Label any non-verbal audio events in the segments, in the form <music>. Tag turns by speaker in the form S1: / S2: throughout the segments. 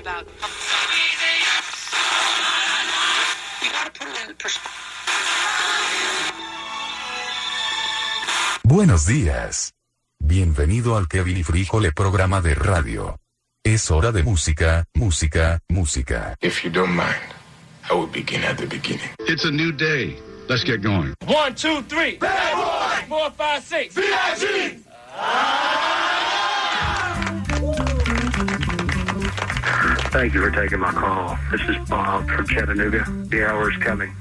S1: about. We gotta put it in perspective.
S2: Buenos días. Bienvenido al Kevin y Frijole programa de radio. Es hora de música, música, música.
S3: If you don't mind, I will begin at the beginning.
S4: It's a new day. Let's get going.
S5: One, two, three. Bad boy. Four, five, six. VIG.
S6: Thank you for taking my call. This is Bob from Chattanooga. The hour is coming.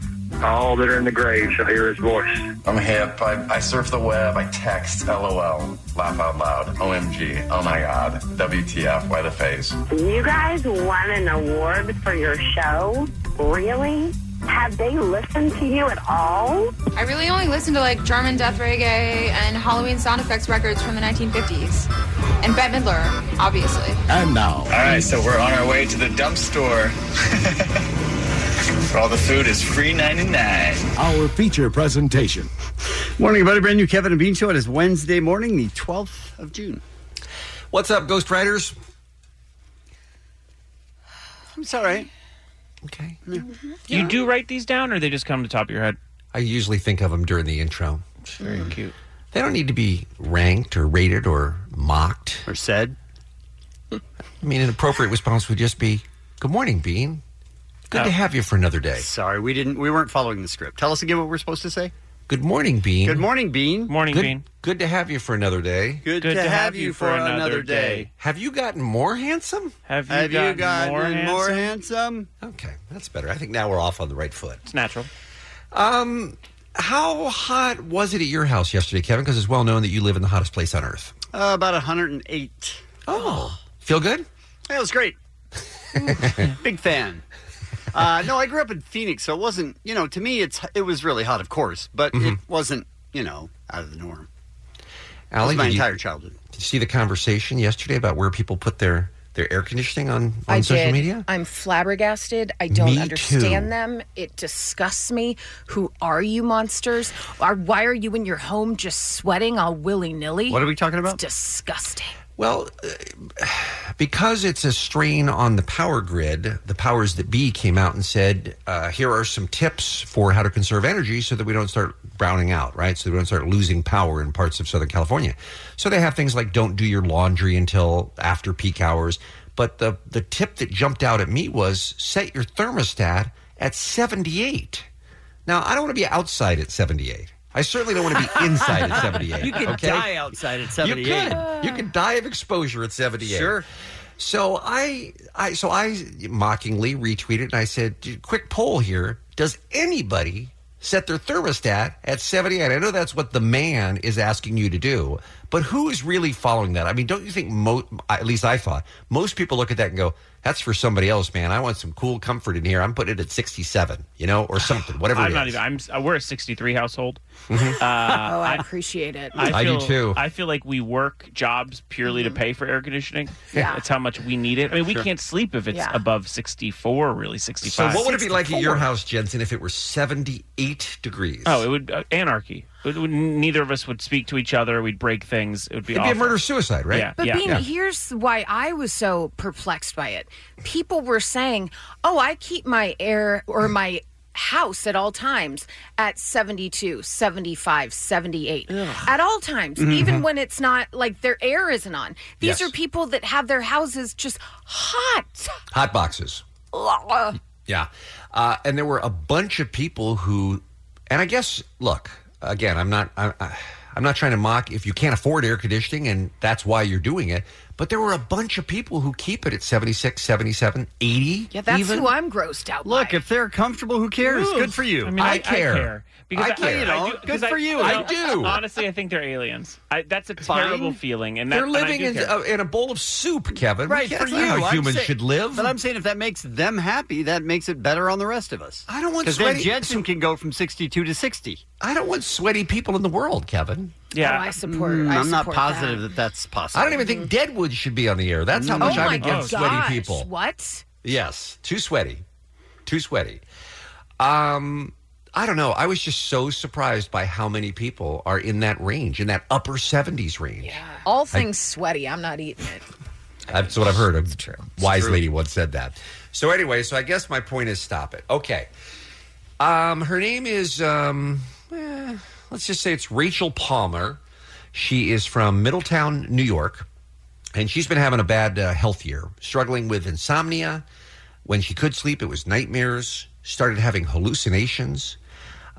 S6: All that are in the grave shall hear his voice.
S7: I'm hip. I, I surf the web. I text. LOL. Laugh out loud. OMG. Oh my god. WTF. Why the face?
S8: You guys won an award for your show? Really? Have they listened to you at all?
S9: I really only listen to like German death reggae and Halloween sound effects records from the 1950s. And Bette Midler, obviously.
S4: And now.
S10: All right, so we're on our way to the dump store. <laughs> All the food is free 99.
S4: Our feature presentation.
S11: Morning, everybody. Brand new Kevin and Bean Show. It is Wednesday morning, the 12th of June.
S12: What's up, Ghost Riders?
S11: It's all right.
S12: Okay.
S13: You do write these down, or they just come to the top of your head?
S12: I usually think of them during the intro.
S13: Very
S11: Hmm.
S13: cute.
S12: They don't need to be ranked or rated or mocked.
S11: Or said.
S12: I mean, an appropriate response would just be, "Good morning, Bean. Good to have you for another day."
S11: Sorry, we didn't. We weren't following the script. Tell us again what we're supposed to say.
S12: Good morning, Bean.
S11: Good morning, Bean.
S13: Morning,
S12: Good,
S13: Bean.
S12: good to have you for another day.
S11: Good, to, have, you for another, day.
S12: Have you gotten more handsome?
S13: Have you,
S11: Have you
S13: gotten,
S11: gotten
S13: more, handsome?
S11: more handsome?
S12: Okay, that's better. I think now we're off on the right foot.
S13: It's natural.
S12: Um, how hot was it at your house yesterday, Kevin? Because it's well known that you live in the hottest place on earth.
S11: Uh, about 108.
S12: Oh, feel good?
S11: That
S12: <laughs>
S11: was great. Big fan. Uh, no, I grew up in Phoenix, so it wasn't. You know, to me, it's it was really hot, of course, but it
S12: Mm-hmm.
S11: wasn't. You know, out of the norm. That
S12: Allie,
S11: was my
S12: did you-
S11: entire childhood.
S12: Did you see the conversation yesterday about where people put their their air conditioning on on
S14: I
S12: social
S14: did.
S12: media?
S14: I'm flabbergasted. I don't
S12: Me too.
S14: understand them. It disgusts me. Who are you, monsters? Or why are you in your home just sweating all willy nilly?
S11: What are we talking
S14: It's
S11: about?
S14: disgusting.
S12: Well, uh, because it's a strain on the power grid, the powers that be came out and said, uh, here are some tips for how to conserve energy so that we don't start browning out, right? So we don't start losing power in parts of Southern California. So they have things like don't do your laundry until after peak hours. But the, the tip that jumped out at me was set your thermostat at 78. Now, I don't want to be outside at 78. I certainly don't want to
S11: <laughs>
S12: be inside at 78.
S11: You could
S12: okay?
S11: die outside at 78.
S12: You could. You could die of exposure at 78.
S11: Sure.
S12: So I, I, so I mockingly retweeted and I said, "Dude, "Quick poll here: Does anybody set their thermostat at 78?" I know that's what the man is asking you to do, but who is really following that? I mean, don't you think? Mo- at least I thought most people look at that and go, "That's for somebody else, man. I want some cool comfort in here. I'm putting it at 67, you know, or something, whatever."
S13: I'm
S12: it
S13: not
S12: is."
S13: even. I'm. uh, We're a 63 household.
S14: oh, I, appreciate it.
S12: I do
S13: feel,
S12: too.
S13: I feel like we work jobs purely to pay for air conditioning.
S14: Mm-hmm. Yeah.
S13: That's how much we need it. I mean, we can't sleep if it's
S14: Yeah.
S13: above 64, really
S12: So
S13: 65.
S12: what would it be like at your house, Jensen, if it were 78 degrees?
S13: oh, it would uh, anarchy. It would- neither of us would speak to each other. We'd break things. It would be
S12: It'd
S13: awful.
S12: be a murder suicide, right?
S13: Yeah.
S14: But Bean,
S12: yeah.
S14: here's why I was so perplexed by it. People were saying, "Oh, I keep my air or my house at all times at 72, 75, 78. At all times,
S11: Mm-hmm.
S14: even when it's not like their air isn't on.
S12: Yes.
S14: These are people that have their houses just hot.
S12: Hot
S11: <laughs>
S12: boxes. Yeah. Uh, and there were a bunch of people who, and I guess, look, again, I'm not, I, I, I'm not trying to mock if you can't afford air conditioning and that's why you're doing it. But there were a bunch of people who keep it at 76, 77, 80.
S14: Yeah, that's
S12: even.
S14: who I'm grossed out
S11: Look, if they're comfortable, who cares?
S13: Ooh.
S11: Good for you.
S13: I mean, I, I care. Because
S11: I care.
S13: I,
S11: you know,
S13: do-
S11: good
S13: because
S11: for you.
S13: know, Honestly, I think they're aliens. I, that's a
S12: Fine.
S13: terrible feeling. And that,
S12: They're living
S13: and
S12: in,
S13: I do care.
S12: a, in a bowl of soup, Kevin. We
S11: Right
S12: can't-
S11: for
S12: that's
S11: you.
S12: not How
S11: I'm
S12: humans
S11: saying-
S12: should live.
S11: But I'm saying if that makes them happy, that makes it better on the rest of us.
S12: I don't want
S11: because then
S12: sweaty-
S11: Jensen can go from 62 to 60.
S12: I don't want sweaty people in the world, Kevin.
S13: Yeah, Oh,
S14: I support- I
S11: am not
S14: support
S11: positive
S14: that.
S11: that. that's possible.
S12: I don't even think Deadwood should be on the air. That's how
S11: Mm-hmm.
S12: much
S14: oh
S12: I'm
S14: my
S12: against
S14: gosh,
S12: sweaty people.
S14: What?
S12: Yes, too sweaty, too sweaty. Um, I don't know. I was just so surprised by how many people are in that range, in that upper seventies range.
S14: All things sweaty. I'm not eating it.
S12: That's what I've heard. A wise lady once said that. So anyway, so I guess my point is stop it. Okay. Um, her name is um, eh, let's just say it's Rachel Palmer. She is from Middletown, New York, and she's been having a bad uh, health year, struggling with insomnia. When she could sleep, it was nightmares. Started having hallucinations.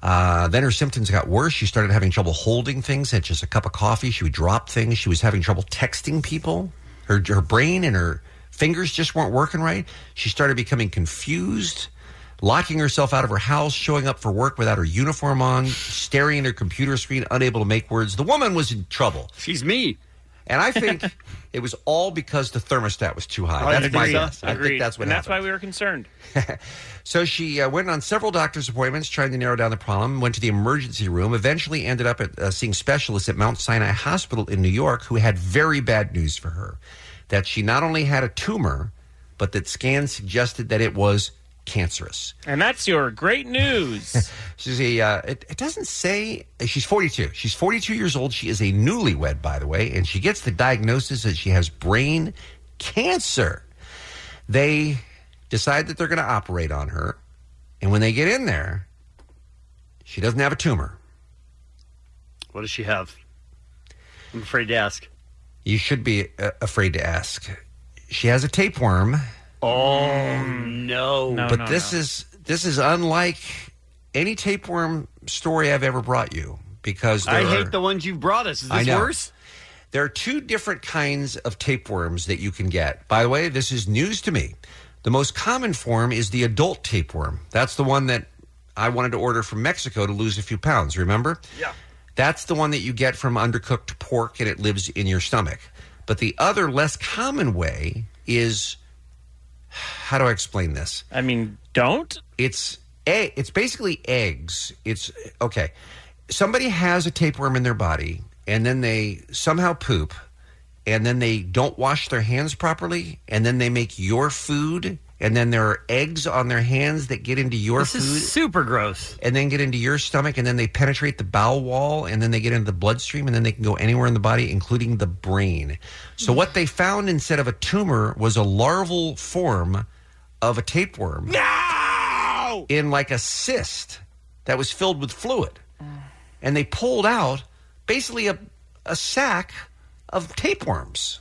S12: Uh, then her symptoms got worse. She started having trouble holding things, such as a cup of coffee. She would drop things. She was having trouble texting people. Her her brain and her fingers just weren't working right. She started becoming confused, locking herself out of her house, showing up for work without her uniform on, staring at her computer screen, unable to make words. The woman was in trouble.
S11: She's me.
S12: And I think it was all because the thermostat was too
S11: Oh,
S12: high. that's my guess. I think that's what happened.
S13: and that's why we were concerned.
S12: So she uh, went on several doctor's appointments trying to narrow down the problem, went to the emergency room, eventually ended up at, uh, seeing specialists at Mount Sinai Hospital in New York who had very bad news for her that she not only had a tumor, but that scans suggested that it was cancerous.
S13: And that's your great news.
S12: <laughs> she's a, uh, it, it doesn't say, she's 42. She's 42 years old. She is a newlywed, by the way, and she gets the diagnosis that she has brain cancer. They decide that they're going to operate on her. And when they get in there, she doesn't have a tumor.
S11: What does she have? I'm afraid to ask.
S12: You should be uh, afraid to ask. She has a tapeworm,
S11: Oh no!
S12: but this is this is unlike any tapeworm story I've ever brought you because there
S11: I
S12: are-
S11: hate the ones you brought us. Is
S12: I
S11: this
S12: know.
S11: worse?
S12: There are two different kinds of tapeworms that you can get. By the way, this is news to me. The most common form is the adult tapeworm. That's the one that I wanted to order from Mexico to lose a few pounds, remember? Yeah. That's the one that you get from undercooked pork and it lives in your stomach. But the other less common way is how do I explain this?
S13: I mean, don't.
S12: It's egg, it's basically eggs. It's okay. Somebody has a tapeworm in their body and then they somehow poop and then they don't wash their hands properly and then they make your food and then there are eggs on their hands that get into your
S11: This
S12: food
S11: is super gross.
S12: and then get into your stomach and then they penetrate the bowel wall and then they get into the bloodstream and then they can go anywhere in the body including the brain so what they found instead of a tumor was a larval form of a tapeworm in like a cyst that was filled with fluid and they pulled out basically a, a sack of tapeworms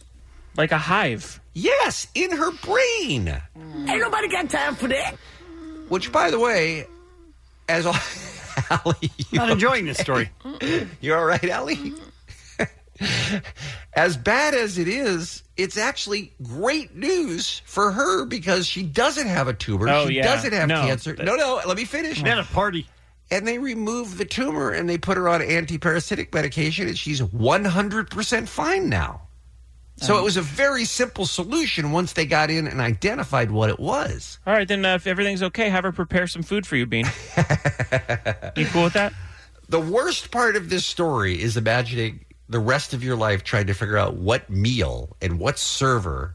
S13: like a hive
S12: yes in her brain
S15: Ain't nobody got time for that.
S12: which by the way as all <laughs> Allie, you
S11: Not enjoying this story.
S12: <laughs> You all right, Allie? as bad as it is, it's actually great news for her because she doesn't have a tumor.
S13: Oh,
S12: she
S13: yeah.
S12: doesn't have
S13: No,
S12: cancer.
S13: that-
S12: no, no, let me finish. She
S11: had a party.
S12: And they removed the tumor and they put her on antiparasitic medication, and she's 100% fine now. So
S13: Oh.
S12: it was a very simple solution once they got in and identified what it was.
S13: All right, then uh, if everything's okay, have her prepare some food for you, Bean. you cool with that?
S12: The worst part of this story is imagining the rest of your life trying to figure out what meal and what server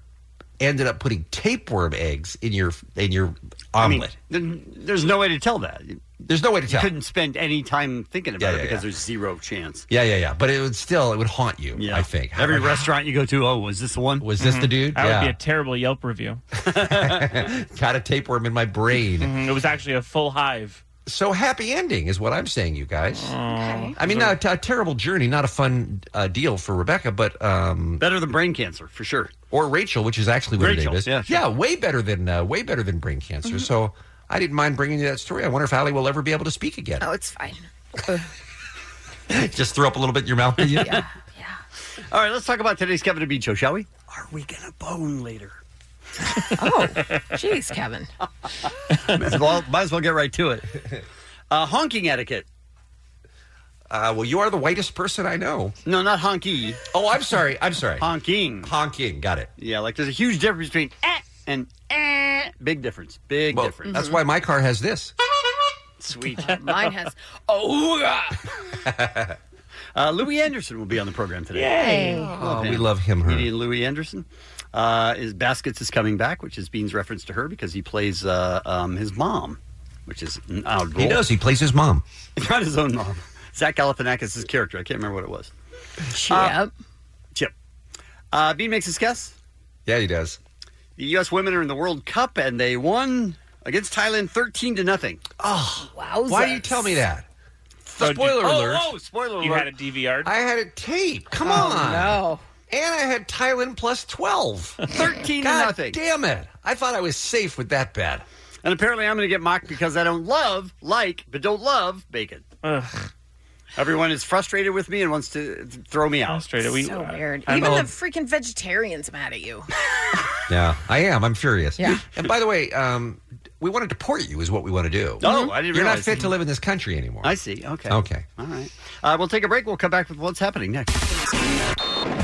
S12: ended up putting tapeworm eggs in your in your
S11: I mean,
S12: omelet.
S11: th- there's no way to tell that.
S12: There's no way to
S11: You
S12: tell.
S11: couldn't spend any time thinking
S12: Yeah,
S11: about it
S12: yeah,
S11: because
S12: yeah.
S11: there's zero chance.
S12: yeah, yeah, yeah. But it would still it would haunt you. I think <laughs>
S11: Every restaurant you go to, oh, was this the one?
S12: Was this the dude?
S13: That would be
S12: yeah,
S13: a terrible Yelp review.
S12: got a tapeworm in my brain.
S13: Mhm, It was actually a full hive.
S12: So happy ending is what I'm saying, you guys. I mean, not a, a terrible journey, not a fun uh, deal for Rebecca, but um,
S11: better than brain cancer for sure.
S12: Or Rachel, which is actually what
S11: Rachel,
S12: it is.
S11: yeah, Mm-hmm.
S12: yeah, way better than uh, way better than brain cancer. So I didn't mind bringing you that story. I wonder if Allie will ever be able to speak again. <laughs>
S11: Oh.
S14: Oh, it's fine.
S11: <laughs>
S12: Just throw up a little bit in your mouth. yeah.
S11: All right, let's talk about today's Kevin and Bean show, shall we?
S16: Are we gonna bone later?
S14: Jeez, Kevin.
S11: well, might as well get right to it. Uh, honking etiquette.
S12: Uh, well, you are the whitest person I know.
S11: No, not honky.
S12: Oh, I'm sorry. I'm sorry.
S11: Honking.
S12: Honking. Got it.
S11: Yeah, like there's a huge difference between eh and eh. Big difference. Big difference.
S12: That's why my car has this.
S11: Sweet.
S14: Mine has. Oh, yeah.
S12: <laughs>
S11: Uh, Louis Anderson will be on the program today.
S12: Yay. Oh, we love him, her.
S11: Comedian Louis Anderson. Uh, his Baskets is coming back, which is Bean's reference to her because he plays uh, um, his mom, which is an odd role.
S12: He does. He plays his mom.
S11: <laughs> Not his own mom. Zach Galifianakis' character. I can't remember what it was. Chip. Chip. Uh, Bean makes his guess.
S12: Yeah, he does.
S11: The U.S. women are in the World Cup, and they won against Thailand 13 to nothing.
S12: Oh,
S14: wow.
S12: Why do you tell me that?
S13: Oh, did-
S12: spoiler
S13: oh,
S12: alert.
S13: oh, spoiler You alert. had it DVR'd?
S12: I had it taped. Come
S11: Oh,
S12: on.
S14: No.
S12: And I had Thailand plus
S11: <laughs>
S12: 12.
S11: 13
S12: God
S11: to nothing.
S12: damn it. I thought I was safe with that bet.
S11: And apparently I'm going to get mocked because I don't love, like, but don't love bacon. Everyone is frustrated with me and wants to throw me out. Frustrated.
S13: We,
S14: So weird.
S12: I'm
S14: Even
S12: old.
S14: the freaking vegetarian's mad at you.
S12: Yeah, I am. I'm furious.
S14: Yeah.
S12: And by the way, um, we want to deport you is what we want to do.
S11: Oh, I didn't
S12: You're not
S11: realize.
S12: fit to live in this country anymore.
S11: I see. Okay.
S12: Okay.
S11: All right. Uh, we'll take a break. We'll come back with what's happening next.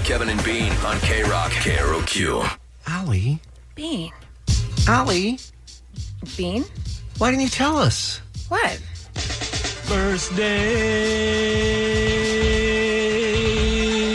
S17: Kevin and Bean on K Rock KROQ.
S12: Allie,
S14: Bean.
S12: Allie,
S14: Bean?
S12: why didn't you tell us?
S14: What?
S5: Birthday.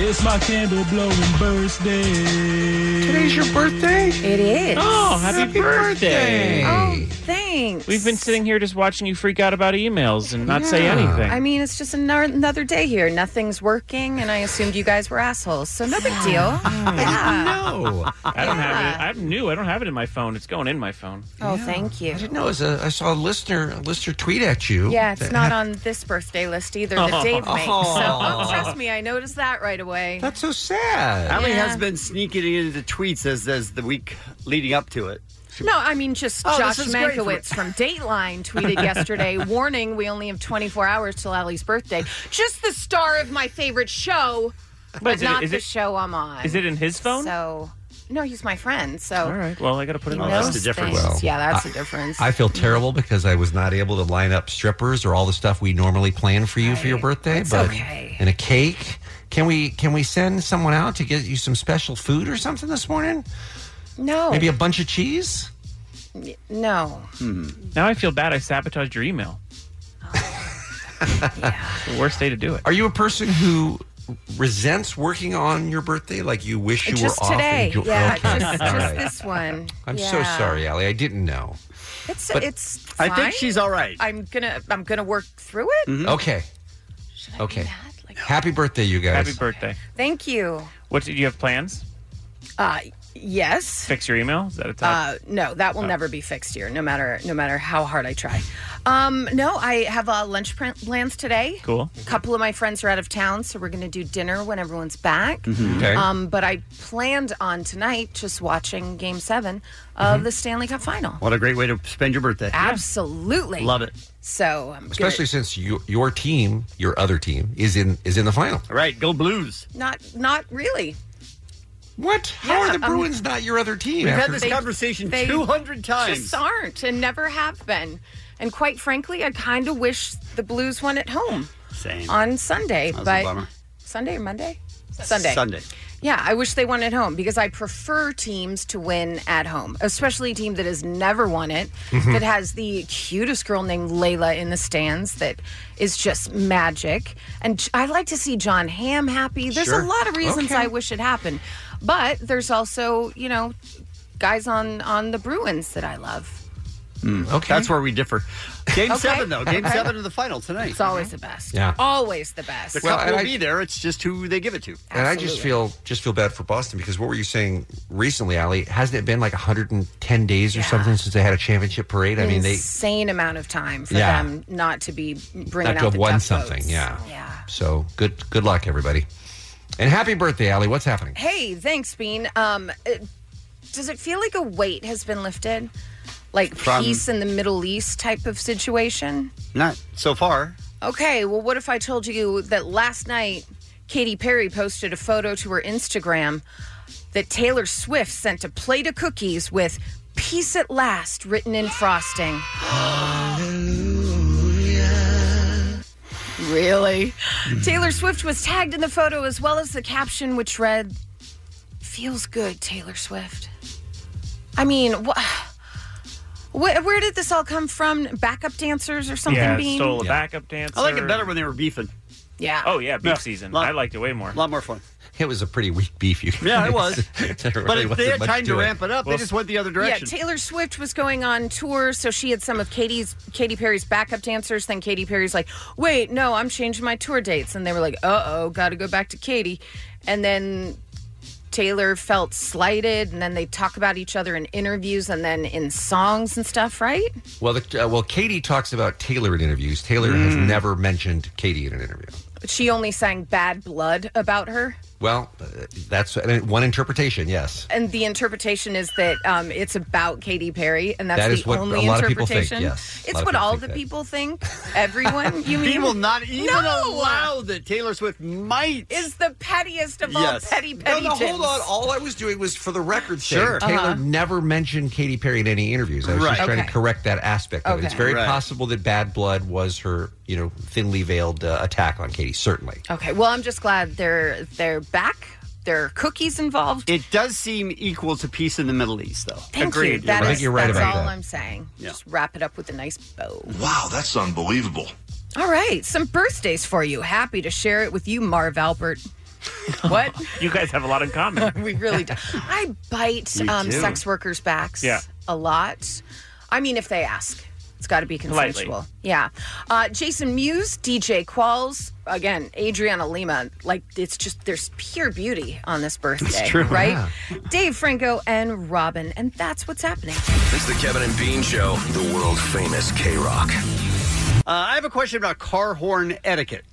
S5: It's my candle blowing birthday.
S12: Today's your birthday?
S14: It is.
S13: Oh, happy, birthday.
S14: Oh, thanks.
S13: We've been sitting here just watching you freak out about emails and not say
S14: Yeah.
S13: anything.
S14: I mean, it's just another, another day here. Nothing's working, and I assumed you guys were assholes, so no big
S12: <laughs>
S14: deal. yeah.
S12: Oh,
S13: I don't have it. I'm new. I don't have it in my phone. It's going in my phone.
S14: Oh, thank you. I didn't
S12: no, it was a, I saw a listener a listener tweet at you.
S14: Yeah, it's
S12: that had-
S14: not on this birthday list either that Dave makes.
S12: Oh.
S14: So trust me, I noticed that right away.
S12: That's so sad.
S11: Allie
S14: Yeah.
S11: has been sneaking it into tweets as, as the week leading up to it.
S14: No, I mean just
S11: Oh,
S14: Josh
S11: this is great for me.
S14: Mankiewicz from Dateline tweeted yesterday, warning: we only have 24 hours till Allie's birthday. Just the star of my favorite show, but,
S13: is it-
S14: not
S13: is
S14: the
S13: it-
S14: show I'm on.
S13: Is it in his phone?
S14: So, no, he's my friend. So,
S13: All right. Well, I got to put it
S14: he
S13: in
S14: knows
S13: my
S11: Oh, the difference.
S14: things.
S12: Well,
S14: yeah, that's
S12: I-
S14: the difference.
S12: I feel terrible because I was not able to line up strippers or all the stuff we normally plan for you for your birthday.
S14: It's
S12: but
S14: okay.
S12: and a cake. Can we can we send someone out to get you some special food or something this morning?
S14: no,
S12: Maybe a bunch of cheese.
S14: no.
S13: Now I feel bad. I sabotaged your email. It's the worst day to do it.
S12: Are you a person who resents working on your birthday? Like you wish you
S14: just
S12: were off?
S14: today,
S12: and you-
S14: yeah,
S12: Okay.
S14: just,
S12: All
S14: just
S12: right.
S14: this one.
S12: I'm so
S14: Yeah.
S12: sorry, Allie. I didn't know.
S14: It's
S12: But
S14: it's.
S11: I
S14: Fine.
S11: think she's all right.
S14: I'm gonna I'm gonna work through it.
S13: Mm-hmm.
S12: Okay. okay. Happy birthday, you guys.
S13: Happy birthday.
S14: Thank you.
S13: What do you have plans?
S14: Uh, yes.
S13: Fix your email? Is that a top?
S14: Uh, no, that will never be fixed here, no matter no matter how hard I try. Um, no, I have uh, lunch pr- plans today.
S13: cool.
S14: A couple of my friends are out of town, so we're going to do dinner when everyone's back.
S12: Okay.
S14: Um, but I planned on tonight just watching Game Seven of the Stanley Cup Final.
S11: What a great way to spend your birthday.
S14: Ah. Absolutely
S11: Love it.
S14: So, I'm gonna-
S12: Especially since you, your team, your other team, is in is in the final.
S11: All right, go Blues.
S14: not not really.
S12: What? How
S14: Yeah,
S12: are the
S14: um,
S12: Bruins not your other team?
S11: We've had
S12: after-
S11: this
S14: They-
S11: conversation
S14: they
S11: 200 times.
S14: Just aren't and never have been. And quite frankly, I kind of wish the Blues won at home
S11: Same.
S14: on Sunday,
S11: That's a
S14: but
S11: bummer.
S14: Sunday or Monday? Sunday.
S11: Sunday.
S14: Yeah, I wish they won at home because I prefer teams to win at home, especially a team that has never won it, that has the cutest girl named Layla in the stands that is just magic. And j- I like to see John Hamm happy. There's
S12: Sure.
S14: a lot of reasons
S12: Okay.
S14: I wish it happened. But there's also, you know, guys on on the Bruins that I love.
S12: okay.
S11: That's where we differ. Game
S14: Okay.
S11: seven, though. Game
S14: Okay.
S11: seven of the final tonight.
S14: It's always the best.
S12: Mm-hmm. Yeah.
S14: Always the best.
S11: The
S12: Well,
S11: cup
S12: and
S11: will
S12: I-
S11: be there. It's just who they give it to.
S14: Ah.
S12: and I just feel just feel bad for Boston because what were you saying recently, Allie? Hasn't it been like 110 days or something since they had a championship parade? I mean, they
S14: insane amount of time for
S12: Yeah.
S14: them not to be bringing
S12: not
S14: out
S12: to have
S14: the
S12: won
S14: duck
S12: something.
S14: boats.
S12: Yeah.
S14: Yeah.
S12: So good good luck, everybody, and happy birthday, Allie. What's happening?
S14: Hey, thanks, Bean. Um, it- does it feel like a weight has been lifted? Like
S11: From-
S14: peace in the Middle East type of situation?
S11: Not so far.
S14: Okay, well, what if I told you that last night Katy Perry posted a photo to her Instagram that Taylor Swift sent a plate of cookies with Peace at Last written in frosting. Really? Taylor Swift was tagged in the photo as well as the caption, which read, Feels good, Taylor Swift. I mean, wh- wh- where did this all come from? Backup dancers or something?
S13: yeah,
S14: being?
S13: stole a backup dancer.
S11: I like it better when they were beefing.
S14: Yeah.
S13: Oh yeah, beef season. I liked it way more. A
S11: lot more fun.
S12: It was a pretty weak beef. You
S11: Yeah, it was.
S12: <laughs> There
S11: But
S12: really
S11: if they
S12: wasn't
S11: had
S12: much
S11: time to
S12: it.
S11: ramp it up, they Well, just went the other direction.
S12: Mm.
S14: Yeah, Taylor Swift was going on tour, so she had some of Katie's Katy Perry's backup dancers. Then Katy Perry's like, "Wait, no, I'm changing my tour dates," and they were like, "Uh oh, got to go back to Katy," and then. Taylor felt slighted, and then they talk about each other in interviews and then in songs and stuff, right?
S12: Well, the, uh, well, Katie talks about Taylor in interviews. Taylor has never mentioned Katie in an interview.
S14: She only sang Bad Blood about her.
S12: Well, uh, that's uh, one interpretation. Yes,
S14: And the interpretation is that um, it's about Katy Perry, and that's
S12: That is
S14: the
S12: what
S14: only
S12: a lot of people think,
S14: interpretation.
S12: yes. A lot
S14: It's
S12: of
S14: what
S12: people
S14: all
S12: think
S14: the
S12: that. <laughs>
S14: people think. Everyone, you mean?
S11: He will not even
S14: No!
S11: allow that Taylor Swift might.
S14: Is the pettiest of all
S12: Yes.
S14: petty
S12: No,
S14: petty
S12: no, hold on. All I was doing was for the record. Sure. Taylor never mentioned Katy Perry in any interviews. I was
S14: Right.
S12: just trying
S14: Uh-huh. Okay.
S12: to correct that aspect of it.
S14: Okay.
S12: It's very
S14: Right.
S12: possible that Bad Blood was her, you know, thinly veiled uh, attack on Katie. Certainly.
S14: Okay, well, I'm just glad they're they're back. There are cookies involved.
S11: It does seem equal to peace in the Middle East, though.
S14: Thank you. That is- that's all I'm saying.
S11: Yeah.
S14: Just wrap it up with a nice bow.
S11: Wow, that's unbelievable.
S14: All right, some birthdays for you. Happy to share it with you, Marv Albert. What?
S13: you guys have a lot in common.
S14: we really do. I bite
S13: We
S14: um,
S13: do.
S14: sex workers' backs
S13: Yeah.
S14: a lot. I mean, if they ask, it's got to be
S13: Politely.
S14: consensual. Yeah. Uh, Jason Mewes, DJ Qualls, again, Adriana Lima. Like, it's just, there's pure beauty on this birthday.
S17: true.
S14: Right?
S17: Yeah.
S14: Dave Franco and Robin. And that's what's happening.
S17: It's the Kevin and Bean Show, the world famous K Rock.
S11: Uh, I have a question about car horn etiquette.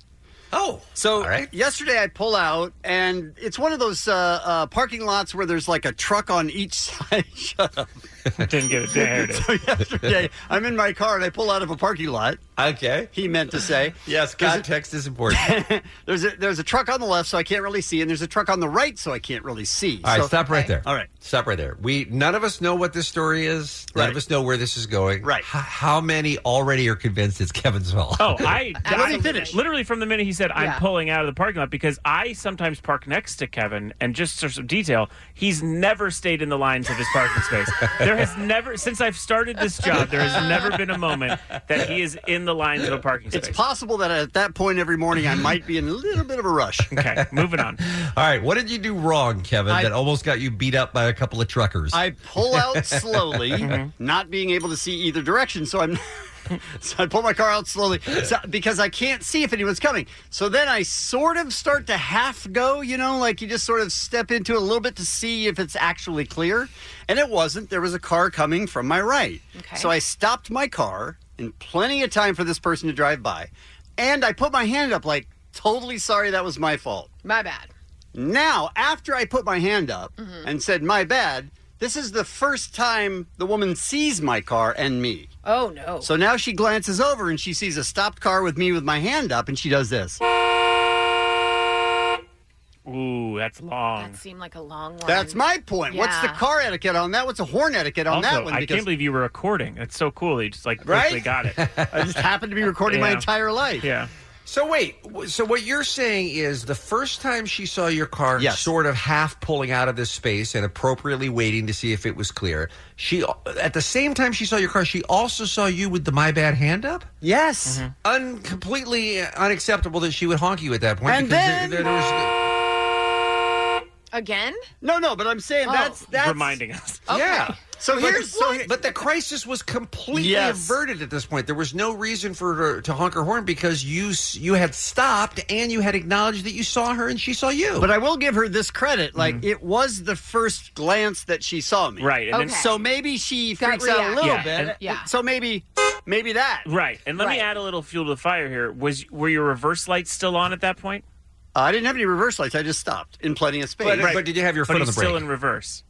S12: Oh,
S11: so yesterday I pull out, and it's one of those uh, uh, parking lots where there's like a truck on each <laughs> side. Shut up.
S13: <laughs> Didn't get it. There it is.
S11: <laughs> so yesterday I'm in my car and I pull out of a parking lot.
S12: Okay.
S11: He meant to say
S12: yes. Context is important.
S11: <laughs> there's a there's a truck on the left, so I can't really see, and there's a truck on the right, so I can't really see.
S12: All right,
S11: So-
S12: stop right there.
S11: All right.
S12: stop right there. We none of us know what this story is. None of
S11: Right.
S12: us know where this is going. Right? how many already are convinced it's Kevin's fault?
S13: Oh,
S11: <laughs>
S13: I
S12: Let me
S13: finish. Literally from the minute he said, "I'm
S12: Yeah.
S13: pulling out of the parking lot," because I sometimes park next to Kevin, and just for some detail, he's never stayed in the lines of his parking space. There has never, since I've started this job, there has never been a moment that he is in the lines of a parking space.
S11: It's <laughs> possible that at that point every morning I might be in a little bit of a rush.
S13: Okay, moving on.
S12: All right, what did you do wrong, Kevin?
S11: I-
S12: that almost got you beat up by a couple of truckers.
S11: I pull
S12: <laughs>
S11: out slowly,
S12: Mhm.
S11: not being able to see either direction. So I'm, <laughs> so I pull my car out slowly so, because I can't see if anyone's coming. So then I sort of start to half go, you know, like you just sort of step into it a little bit to see if it's actually clear, and it wasn't. There was a car coming from my right, so I stopped my car in plenty of time for this person to drive by, and I put my hand up like totally sorry that was my fault.
S14: My bad. Mm-hmm.
S11: Now, after I put my hand up and said, my bad, this is the first time the woman sees my car and me.
S14: Oh, no.
S11: So now she glances over and she sees a stopped car with me with my hand up and she does this.
S13: Ooh, that's long.
S14: Seemed like a long one.
S11: That's my point. What's the
S14: Yeah.
S11: car etiquette on that? What's the horn etiquette on
S13: also,
S11: that one?
S13: I can't believe you were recording. That's so cool. You just like
S11: Right?
S13: quickly
S11: <laughs>
S13: got it. I
S11: just happened to be recording my entire life.
S13: Yeah.
S12: So wait, w- so what you're saying is the first time she saw your car sort of half pulling out of this space and appropriately waiting to see if it was clear, she at the same time she saw your car, she also saw you with the my bad hand up? Mm-hmm.
S11: Yes.
S12: Un- completely unacceptable that she would honk you at that point
S11: And
S12: because
S11: then-
S12: there, there was
S14: Again?
S11: No, no, but I'm saying that's that's
S13: Oh. reminding us.
S12: Yeah.
S11: So
S12: But-
S11: here's so
S12: but the crisis was completely
S11: Yes.
S12: averted at this point. There was no reason for her to honk her horn because you s- you had stopped and you had acknowledged that you saw her and she saw you.
S11: But I will give her this credit.
S13: Mm-hmm.
S11: Like, it was the first glance that she saw me.
S13: Right, and then- Okay.
S11: so maybe she
S13: Gut
S11: freaks out a
S13: reaction.
S11: little
S13: Yeah,
S11: bit. Uh,
S13: and- Yeah.
S11: So maybe, maybe that.
S13: Right. And let me
S11: Right.
S13: add a little fuel to the fire here. Was were your reverse lights still on at that point?
S11: Uh, I didn't have any reverse lights. I just stopped in plenty of space.
S13: But- Right. but did you have your
S11: But
S13: foot on
S11: he's
S13: the brake?
S11: still
S13: in reverse.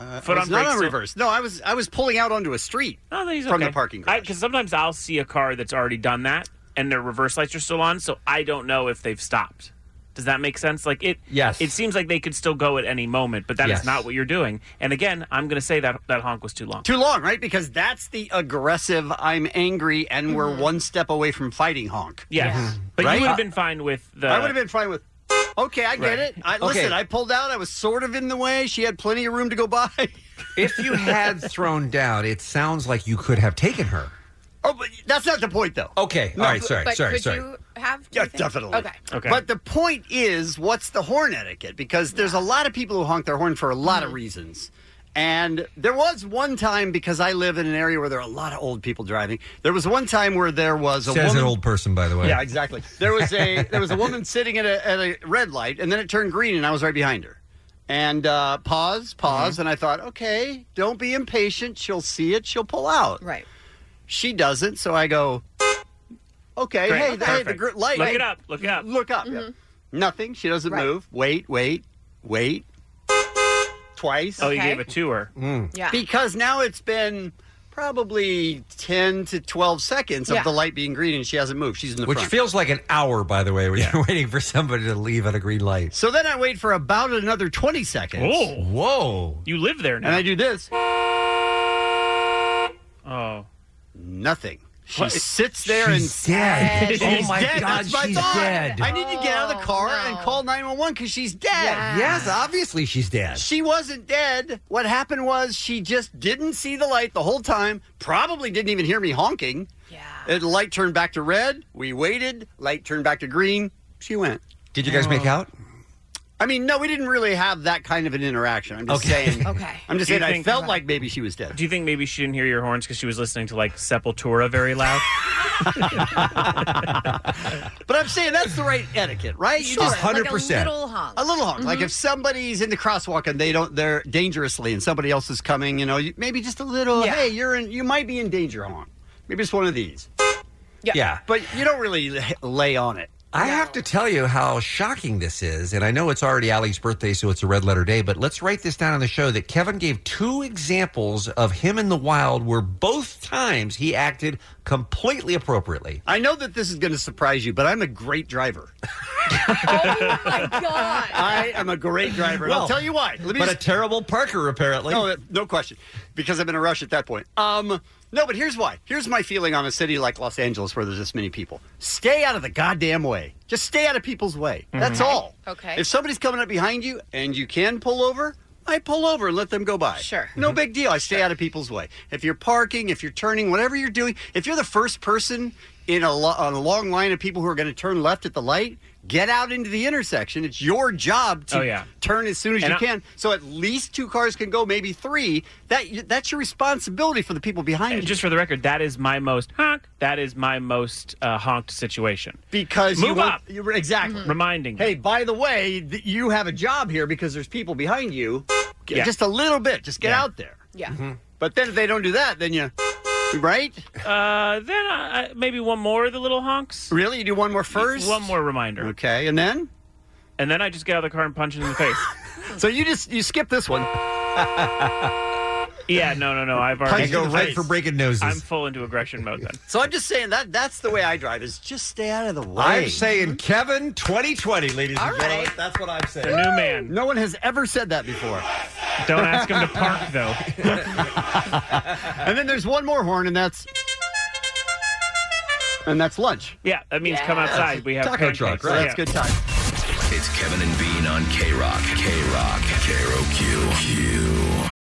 S11: Uh,
S13: Foot
S11: I
S13: on
S11: was
S13: brake
S11: Not on
S13: still-
S11: reverse. No, I was I was pulling out onto a street
S13: Oh, he's
S11: from
S13: okay.
S11: the parking.
S13: Because sometimes I'll see a car that's already done that, and their reverse lights are still on, so I don't know if they've stopped. Does that make sense? Like it.
S12: Yes.
S13: It seems like they could still go at any moment, but that is
S11: Yes.
S13: not what you're doing. And again, I'm going to say that that honk was too long.
S11: Too long, right? Because that's the aggressive, I'm angry, and we're
S12: Mm-hmm.
S11: one step away from fighting honk.
S13: Yes. But
S11: Right?
S13: you would have been fine with the.
S11: I would
S12: Uh,
S11: have been fine with. Okay, I get
S13: Right.
S11: it. I,
S13: Okay.
S11: Listen, I pulled out. I was sort of in the way. She had plenty of room to go by.
S12: <laughs>
S11: <laughs>
S12: If you had thrown down, it sounds like you could have taken her.
S11: Oh, but that's not the point, though.
S12: Okay, all right, sorry,
S9: but
S12: sorry,
S9: could
S12: sorry.
S9: you have? do
S11: Yeah,
S9: you think?
S11: definitely.
S9: Okay.
S11: But the point is, what's the horn etiquette? Because there's a lot of people who honk their horn for a lot of reasons. And there was one time because I live in an area where there are a lot of old people driving. There was one time where there was a
S12: Says
S11: woman.
S12: an old person, by the way.
S11: Yeah, exactly. There was
S13: <laughs>
S11: a there was a woman sitting at a, at a red light, and then it turned green, and I was right behind her. And uh,
S13: Mm-hmm.
S11: pause, pause, and I thought, okay, don't be impatient. She'll see it. She'll pull out.
S14: Right.
S11: She doesn't, so I go. Okay,
S13: Great.
S11: hey, hey, the
S13: Perfect.
S11: gr- light.
S13: Look
S11: hey,
S13: it up. Look it up.
S11: Look up. yeah. Nothing. She doesn't
S13: Right.
S11: move. Wait, wait, wait. Twice.
S13: Oh, you gave it to her.
S12: Mm.
S14: Yeah.
S11: Because now it's been probably 10 to 12 seconds
S12: Yeah.
S11: of the light being green and she hasn't moved. She's in the
S12: Which
S11: front.
S12: feels like an hour, by the way, when you're <laughs> waiting for somebody to leave at a green light.
S11: so then I wait for about another 20 seconds.
S13: Oh,
S12: whoa.
S13: You live there now.
S11: And I do this.
S13: Oh.
S11: Nothing. She
S13: What?
S11: sits there
S13: She's
S11: and
S13: dead.
S11: She's
S13: Oh my
S11: dead.
S13: God,
S11: That's my
S13: she's
S11: thought.
S13: dead.
S11: I need to get out of the car and call 911 because she's dead.
S12: Yes, obviously she's dead.
S11: She wasn't dead. What happened was she just didn't see the light the whole time, probably didn't even hear me honking. Yeah. the light turned back to red. We waited. Light turned back to green. She went.
S12: Did you guys make out?
S11: I mean, no, we didn't really have that kind of an interaction. I'm just
S13: Okay.
S11: saying.
S13: Okay.
S11: I'm just
S13: Do you
S11: saying I
S13: think-
S11: felt like maybe she was dead.
S13: Do you think maybe she didn't hear your horns because she was listening to like Sepultura very loud?
S12: <laughs>
S11: But I'm saying that's the right etiquette, right?
S14: Sure, like a 100%.
S11: <laughs>
S14: little honk.
S11: A little honk. Like
S14: Mhm.
S11: if somebody's in the crosswalk and they don't, they're dangerously, and somebody else is coming. You know, you- maybe just a little. Hey, you're in. You might be in danger honk. Maybe it's one of these.
S14: Yeah.
S12: Yeah.
S11: But you don't really l- lay on it.
S12: I have to tell you how shocking this is, and I know it's already Ali's birthday, so it's a red letter day, but let's write this down on the show that Kevin gave two examples of him in the wild where both times he acted completely appropriately.
S11: I know that this is going to surprise you, but I'm a great driver. I am a great driver. and I'll
S12: Well,
S11: tell you why. Let me
S12: but
S11: just
S12: a terrible Parker, apparently.
S11: No, that- no question. Because I'm in a rush at that point. Um, no, but here's why. Here's my feeling on a city like Los Angeles where there's this many people. Stay out of the goddamn way. Just stay out of people's way. That's
S13: Mm-hmm.
S9: Okay.
S11: all.
S9: Okay.
S11: If somebody's coming up behind you and you can pull over, I pull over and let them go by. Sure.
S13: Mm-hmm.
S11: No big deal. I stay out of people's way. If you're parking, if you're turning, whatever you're doing, if you're the first person in a, lo- on a long line of people who are going to turn left at the light, get out into the intersection. It's your job to
S13: Oh, yeah.
S11: turn as soon as
S13: And
S11: you
S13: I-
S11: can. So at least two cars can go, maybe three. That that's your responsibility for the people behind
S13: And
S11: you.
S13: just for the record, that is my most honk. That is my most uh, honked situation.
S11: because you
S13: move
S11: want-
S13: up.
S11: you- exactly.
S12: Mm-hmm.
S13: Reminding.
S11: Hey, by the way, th- you have a job here because there's people behind you. G-
S13: Yeah.
S11: Just a little bit. Just get
S13: Yeah.
S11: out there.
S14: <laughs> Yeah.
S11: But then if they don't do that, then you right?
S13: Uh, then uh, maybe one more of the little honks.
S11: Really, you do one more first.
S13: One more reminder.
S11: Okay, and then
S13: and then I just get out of the car and punch it in the face.
S11: so you just you skip this one.
S13: yeah, no, no, no. I've
S11: Punch
S13: already
S11: you in the face.
S13: I'm full into aggression mode then.
S11: So I'm just saying that that's the way I drive is just stay out of the way.
S12: I'm saying Kevin 2020, ladies and gentlemen. That's what I'm saying.
S13: The new man.
S11: No one has ever said that before.
S13: Don't ask him to park though.
S11: and then there's one more horn, and that's and that's lunch.
S13: Yeah, that means come outside. We have
S11: taco truck.
S13: pancakes.
S11: Right? That's
S13: Yeah.
S11: good time.
S17: It's Kevin and Bean on K Rock. K Rock. K R O Q.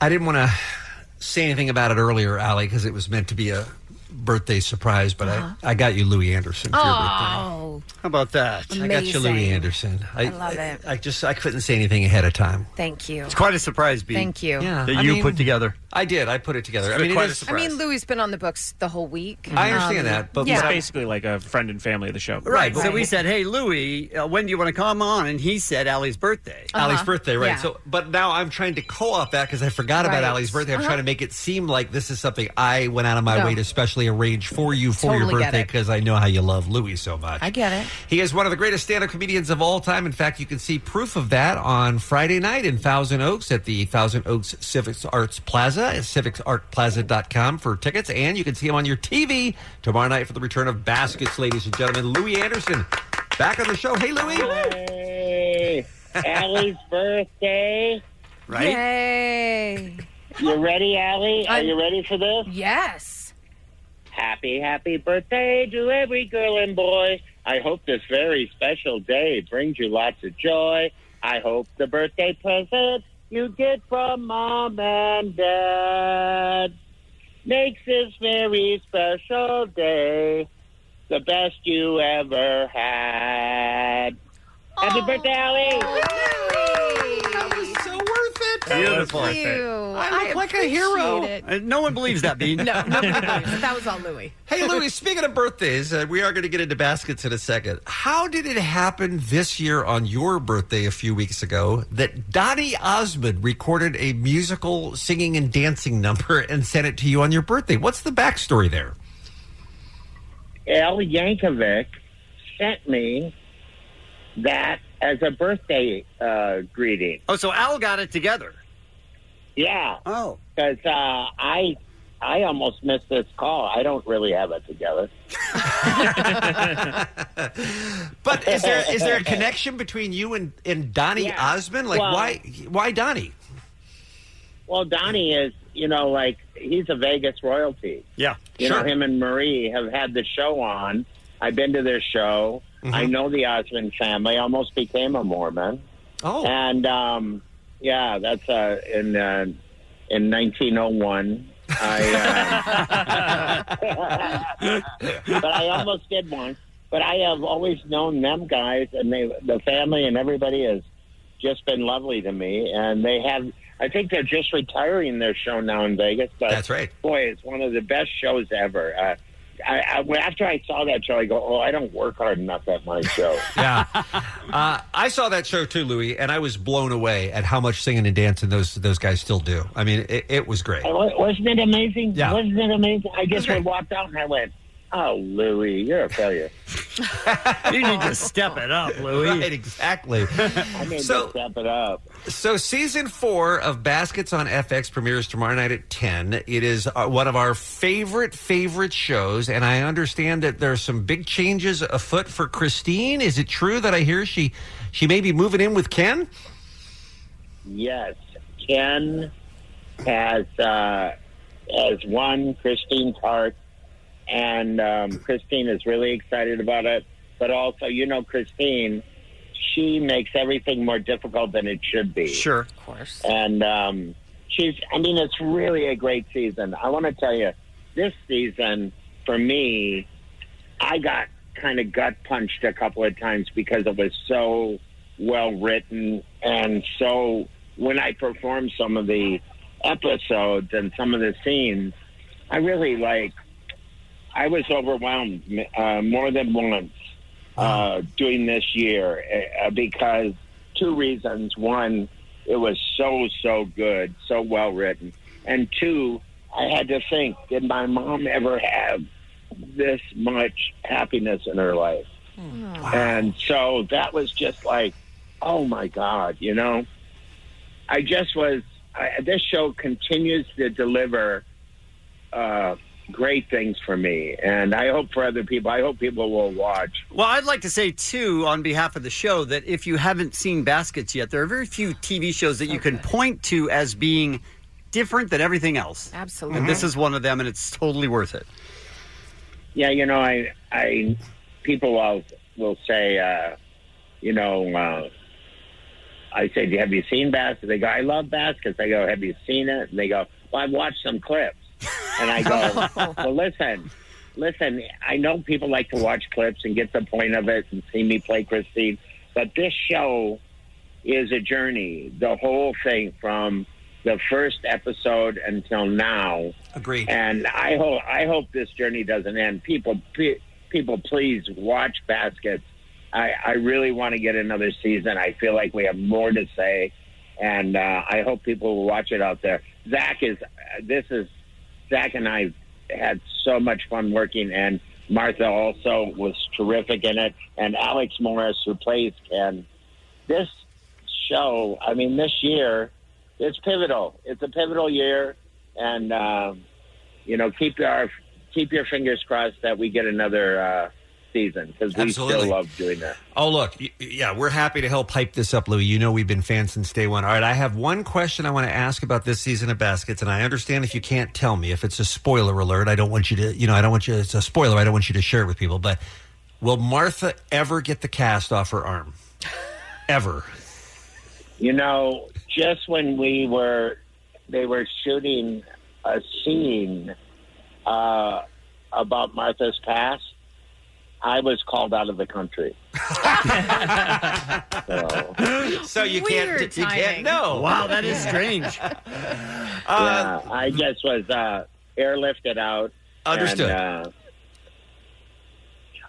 S12: I didn't want to say anything about it earlier, Allie,
S14: Uh-huh.
S12: because it was meant to be a birthday surprise, but I, I got you Louis Anderson for your birthday.
S14: Oh, Oh,
S11: How about that?
S12: I got you, Louis Anderson.
S14: I love it.
S12: I just I couldn't say anything ahead of time.
S14: thank you.
S12: It's quite a surprise, B.
S14: Thank you.
S12: Yeah,
S14: That
S11: you
S14: put
S12: together. I did. I put it together. I mean, it is,
S14: I mean, Louis has been on the books the whole week. Um,
S13: he's
S14: yeah.
S13: basically like a friend and family of the show.
S11: Right. So we said, "Hey, Louis, uh, when do you want to come on?" And he said, "Allie's birthday."
S12: Allie's birthday, right? So, but now I'm trying to co-op that because I forgot about
S11: Right.
S12: Allie's birthday. I'm
S11: Uh-huh.
S12: trying to make it seem like this is something I went out of my
S11: No.
S12: way to specially arrange for you for your
S11: Totally get
S12: birthday
S11: it.
S12: because I know how you love Louis so much.
S14: I get it.
S12: He is one of the greatest stand-up comedians of all time. In fact, you can see proof of that on Friday night in Thousand Oaks at the Thousand Oaks Civics Arts Plaza at civicsartplaza.com for tickets. And you can see him on your TV tomorrow night for the return of Baskets, ladies and gentlemen. Louis Anderson back on the show. Hey, Louis.
S18: Hey, Allie's birthday.
S12: Right?
S14: Yay.
S18: You ready, Allie? Are
S14: I'm-
S18: you ready for this?
S14: Yes.
S18: Happy, happy birthday to every girl and boy. I hope this very special day brings you lots of joy. I hope the birthday present you get from mom and dad makes this very special day the best you ever had. Happy birthday, Allie!
S12: That was so worth it.
S11: Beautiful.
S14: Thank you.
S12: I look like a hero.
S14: appreciate it.
S11: Uh, no one believes that, B.
S14: No, nobody believes. That was all Louis.
S12: Hey, Louis, speaking of birthdays, uh, we are going to get into baskets in a second. How did it happen this year on your birthday a few weeks ago that Donny Osmond recorded a musical singing and dancing number and sent it to you on your birthday? What's the backstory there?
S18: Al Yankovic sent me that as a birthday uh, greeting.
S11: Oh, so Al got it together.
S18: Yeah.
S11: Oh.
S18: Because uh, I I almost missed this call. I don't really have it together.
S12: <laughs> But is there is there a connection between you and, and Donny
S18: Yeah.
S12: Osmond? Like
S18: Well-
S12: why why Donny?
S18: Well, Donnie is, you know, like he's a Vegas royalty.
S11: Yeah.
S18: You know, him and Marie have had the show on. I've been to their show.
S12: Mm-hmm.
S18: I know the Osmond family. I almost became a Mormon.
S12: Oh.
S18: And um, yeah, that's uh, in uh, in 1901. I, uh, but I almost did one. But I have always known them guys, and they, the family, and everybody has just been lovely to me. And they have, I think they're just retiring their show now in Vegas. But
S12: That's right.
S18: Boy, it's one of the best shows ever. Uh, I, I, when- after I saw that show, I go, "Oh, I don't work hard enough at my show."
S12: <laughs> yeah. Uh, I saw that show too, Louis, and I was blown away at how much singing and dancing those those guys still do. I mean, it, it was great.
S18: Uh, wa- Wasn't it amazing?
S12: Yeah.
S18: Wasn't it amazing? I just
S12: right.
S18: walked out and I went, "Oh, Louie, you're a failure."
S11: you need
S18: <laughs>
S11: to step it up, Louis.
S12: Right, exactly.
S18: I need
S12: So-
S18: to step it up.
S12: So, season four of Baskets on FX premieres tomorrow night at 10. It is uh, one of our favorite, favorite shows, and I understand that there are some big changes afoot for Christine. Is it true that I hear she she may be moving in with Ken?
S18: Yes, Ken has uh, has won Christine's heart, and um, Christine is really excited about it. But also, you know, Christine, she makes everything more difficult than it should be.
S11: Sure.
S18: of course. And um, she's, I mean, it's really a great season. I want to tell you, this season for me, I got kind of gut punched a couple of times because it was so well written and so when I performed some of the episodes and some of the scenes, I really like I was overwhelmed uh, more than once uh, doing this year uh, because two reasons. One, it was so, so good, so well written. And two, I had to think did my mom ever have this much happiness in her life? And so that was just like, oh my God, you know? I just was, I, this show continues to deliver uh, great things for me. And I hope for other people, I hope people will watch.
S11: Well, I'd like to say, too, on behalf of the show, that if you haven't seen Baskets yet, there are very few TV shows that you can point to as being different than everything else.
S14: Absolutely.
S18: Mm-hmm.
S11: And this is one of them, and it's totally worth it.
S18: Yeah, you know, I, I, people will, will say, uh, you know, uh, I say, have you seen Baskets? They go, I love Baskets. I go, have you seen it? And they go, well, I've watched some clips. And I go, well, listen, listen, I know people like to watch clips and get the point of it and see me play Christine, but this show is a journey. The whole thing from the first episode until now.
S12: Agreed.
S18: And I hope I hope this journey doesn't end. People, pe- people, please watch Baskets. I, I really want to get another season. I feel like we have more to say, and uh, I hope people will watch it out there. Zach is this is Zach and I had so much fun working, and Martha also was terrific in it, and Alex Morris who plays Ken. This show, I mean, this year, it's pivotal. It's a pivotal year, and um, you know, keep our keep your fingers crossed that we get another uh, season because we
S12: Absolutely.
S18: still love doing that.
S12: Oh, look. y- Yeah, we're happy to help hype this up, Louie. You know we've been fans since day one. All right, I have one question I want to ask about this season of Baskets, and I understand if you can't tell me if it's a spoiler alert. I don't want you to, you know, I don't want you, it's a spoiler. I don't want you to share it with people, but will Martha ever get the cast off her
S14: <laughs>
S12: arm? ever.
S18: You know, just when we were, they were shooting a scene uh, about Martha's past. I was called out of the country. so,
S12: So you can't, you can't know.
S11: Wow, that is strange.
S12: Um,
S18: yeah, I just was uh, airlifted out. and,
S12: Understood.
S18: uh,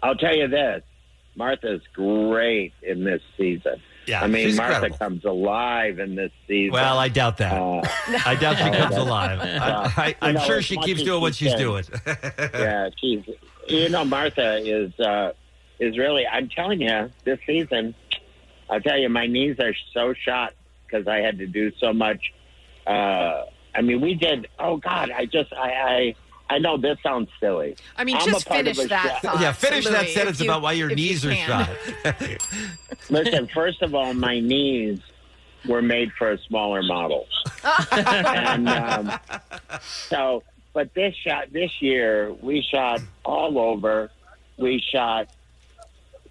S18: I'll tell you this: Martha's great in this season.
S12: Yeah,
S18: I mean,
S12: she's
S18: Martha
S12: incredible.
S18: comes alive in this
S12: <laughs>
S18: season.
S12: Well, I doubt that. I doubt <laughs> she
S18: Oh,
S12: comes
S18: that-
S12: alive.
S18: Yeah.
S12: I, I,
S18: You
S12: I'm
S18: know,
S12: sure
S18: as
S12: she
S18: much
S12: keeps
S18: as
S12: doing
S18: she
S12: what she's
S18: can.
S12: doing. <laughs>
S18: yeah, she's. You know, Martha is uh, is really. I'm telling you, this season, I'll tell you, my knees are so shot because I had to do so much. Uh, I mean, we did. Oh God, I just, I, I, I know this sounds silly.
S14: I mean,
S18: I'm
S14: just
S18: a part of
S14: finish
S18: a
S14: that
S18: show-
S14: thought,
S12: yeah, finish
S14: Louis,
S12: that
S14: if
S12: sentence
S14: you-
S12: about why your
S14: if you
S12: knees are
S14: can.
S12: shot.
S18: Listen, first of all, my knees were made for a smaller model. and um, so, but this shot this year, we shot all over. We shot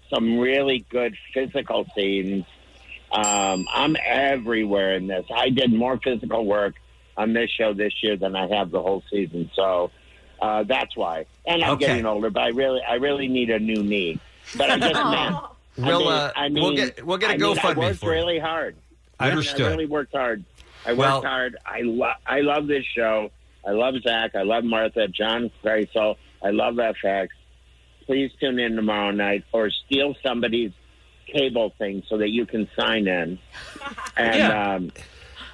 S18: some really good physical scenes. Um, I'm everywhere in this. I did more physical work on this show this year than I have the whole season. So uh, that's why. And I'm
S12: Okay.
S18: getting older, but I really, I really need a new knee. But I just meant. I
S12: We'll,
S18: mean-
S12: uh,
S18: I
S12: we'll
S18: mean-
S12: get- we'll get a
S18: I mean,
S12: GoFundMe
S18: I worked
S12: for it.
S18: really hard.
S12: I
S18: Yeah,
S12: understood.
S18: I really worked hard. I worked
S12: Well-
S18: hard. I lo- I love this show. I love Zach. I love Martha. John Kreisel. I love FX. Please tune in tomorrow night or steal somebody's cable thing so that you can sign in and
S11: Yeah.
S18: um,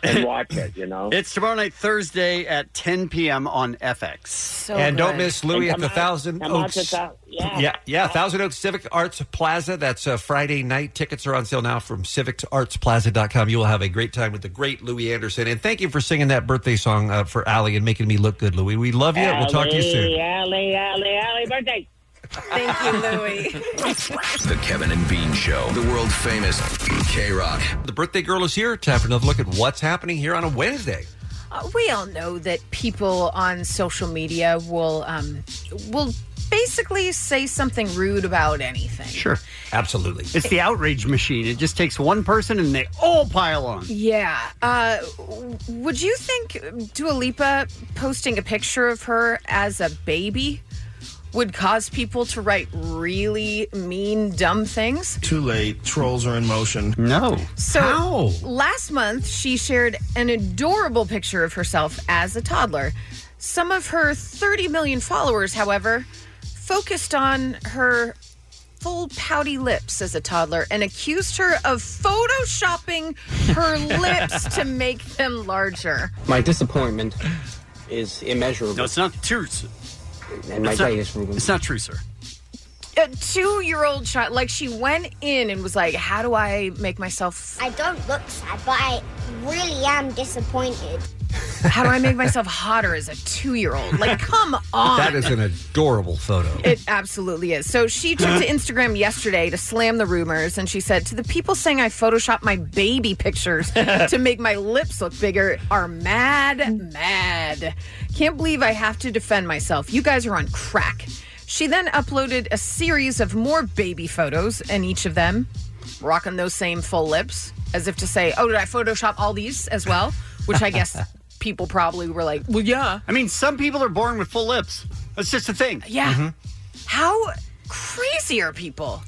S18: and watch it. You know.
S11: <laughs> It's tomorrow night, Thursday at 10 p.m. on FX. So
S12: and don't miss Louis at
S18: And
S12: the
S18: come out-
S12: Thousand
S18: come out to
S12: Oaks.
S14: Oh,
S18: Thou- yeah.
S12: yeah, yeah, Thousand Oaks Civic Arts Plaza. That's uh, Friday night. Tickets are on sale now from civicartsplaza.com. You will have a great time with the great Louis Anderson. And thank you for singing that birthday song uh, for Allie and making me look good, Louis. We love you. We'll talk to you soon.
S18: Alley, alley, alley, birthday.
S14: Thank you, Louie.
S17: The <laughs> Kevin and Bean Show, the world famous K Rock.
S12: The birthday girl is here. Time for another look at what's happening here on a Wednesday.
S14: Uh, we all know that people on social media will um, will basically say something rude about anything.
S11: Sure.
S12: Absolutely.
S11: It's the outrage machine. It just takes one person and they all pile on.
S14: Yeah. Uh, w- would you think Dua Lipa posting a picture of her as a baby would cause people to write really mean, dumb things?
S1: Too late. Trolls are in motion.
S11: No.
S14: So last month, she shared an adorable picture of herself as a toddler. Some of her 30 million followers, however, focused on her full pouty lips as a toddler and accused her of photoshopping her lips to make them larger.
S19: My disappointment is immeasurable.
S11: No, it's not true. sir.
S19: And my
S11: It's not-
S19: day is ruined.
S11: It's not true, sir.
S14: A two year old child, like she went in and was like, How do I make myself,
S20: I don't look sad, but I really am disappointed.
S14: how do I make myself hotter as a two year
S12: <laughs>
S14: old? Like, come on.
S12: That is an adorable photo.
S14: It absolutely is. So she took
S12: <laughs>
S14: to Instagram yesterday to slam the rumors, and she said, To the people saying I photoshopped my
S12: <laughs>
S14: baby pictures to make my lips look bigger are mad, mad. Can't believe I have to defend myself. You guys are on crack. She then uploaded a series of more baby photos, and each of them rocking those same full lips, as if to say, Oh, did I photoshop all these as well? Which I guess people probably were like, well, yeah.
S11: I mean, some people are born with full lips. That's just a thing.
S14: Yeah.
S12: Mm-hmm.
S14: How crazy
S12: <laughs>
S14: are people?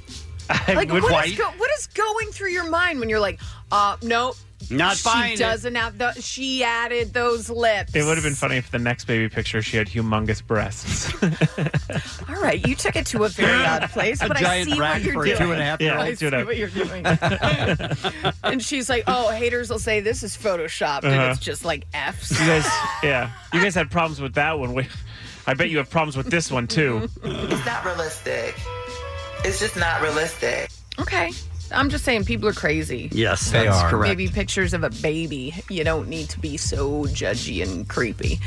S14: Like,
S11: would
S14: what
S11: white.
S14: is go- what is going through your mind when you're like, uh, no,
S13: Not
S14: she
S13: buying it."
S14: doesn't have the, she added those lips.
S13: It would have been funny if the next baby picture she had humongous breasts.
S14: All right, you took it to <laughs> a very odd place,
S13: A
S14: but I
S13: giant
S14: see
S13: rag
S14: what you're
S13: for a
S14: doing.
S13: two and a half year old.
S14: <laughs> I see
S13: Two and a-
S14: what you're doing. <laughs> and she's like, "Oh, haters will say this is photoshopped, and
S13: Uh-huh.
S14: it's just like F's."
S13: You guys, yeah, you guys had problems with that one. We- I bet you have problems with this one too.
S2: It's not realistic. It's just not realistic.
S14: Okay, I'm just saying people are crazy.
S11: Yes, They that's are. correct.
S14: Maybe pictures of a baby. You don't need to be so judgy and creepy.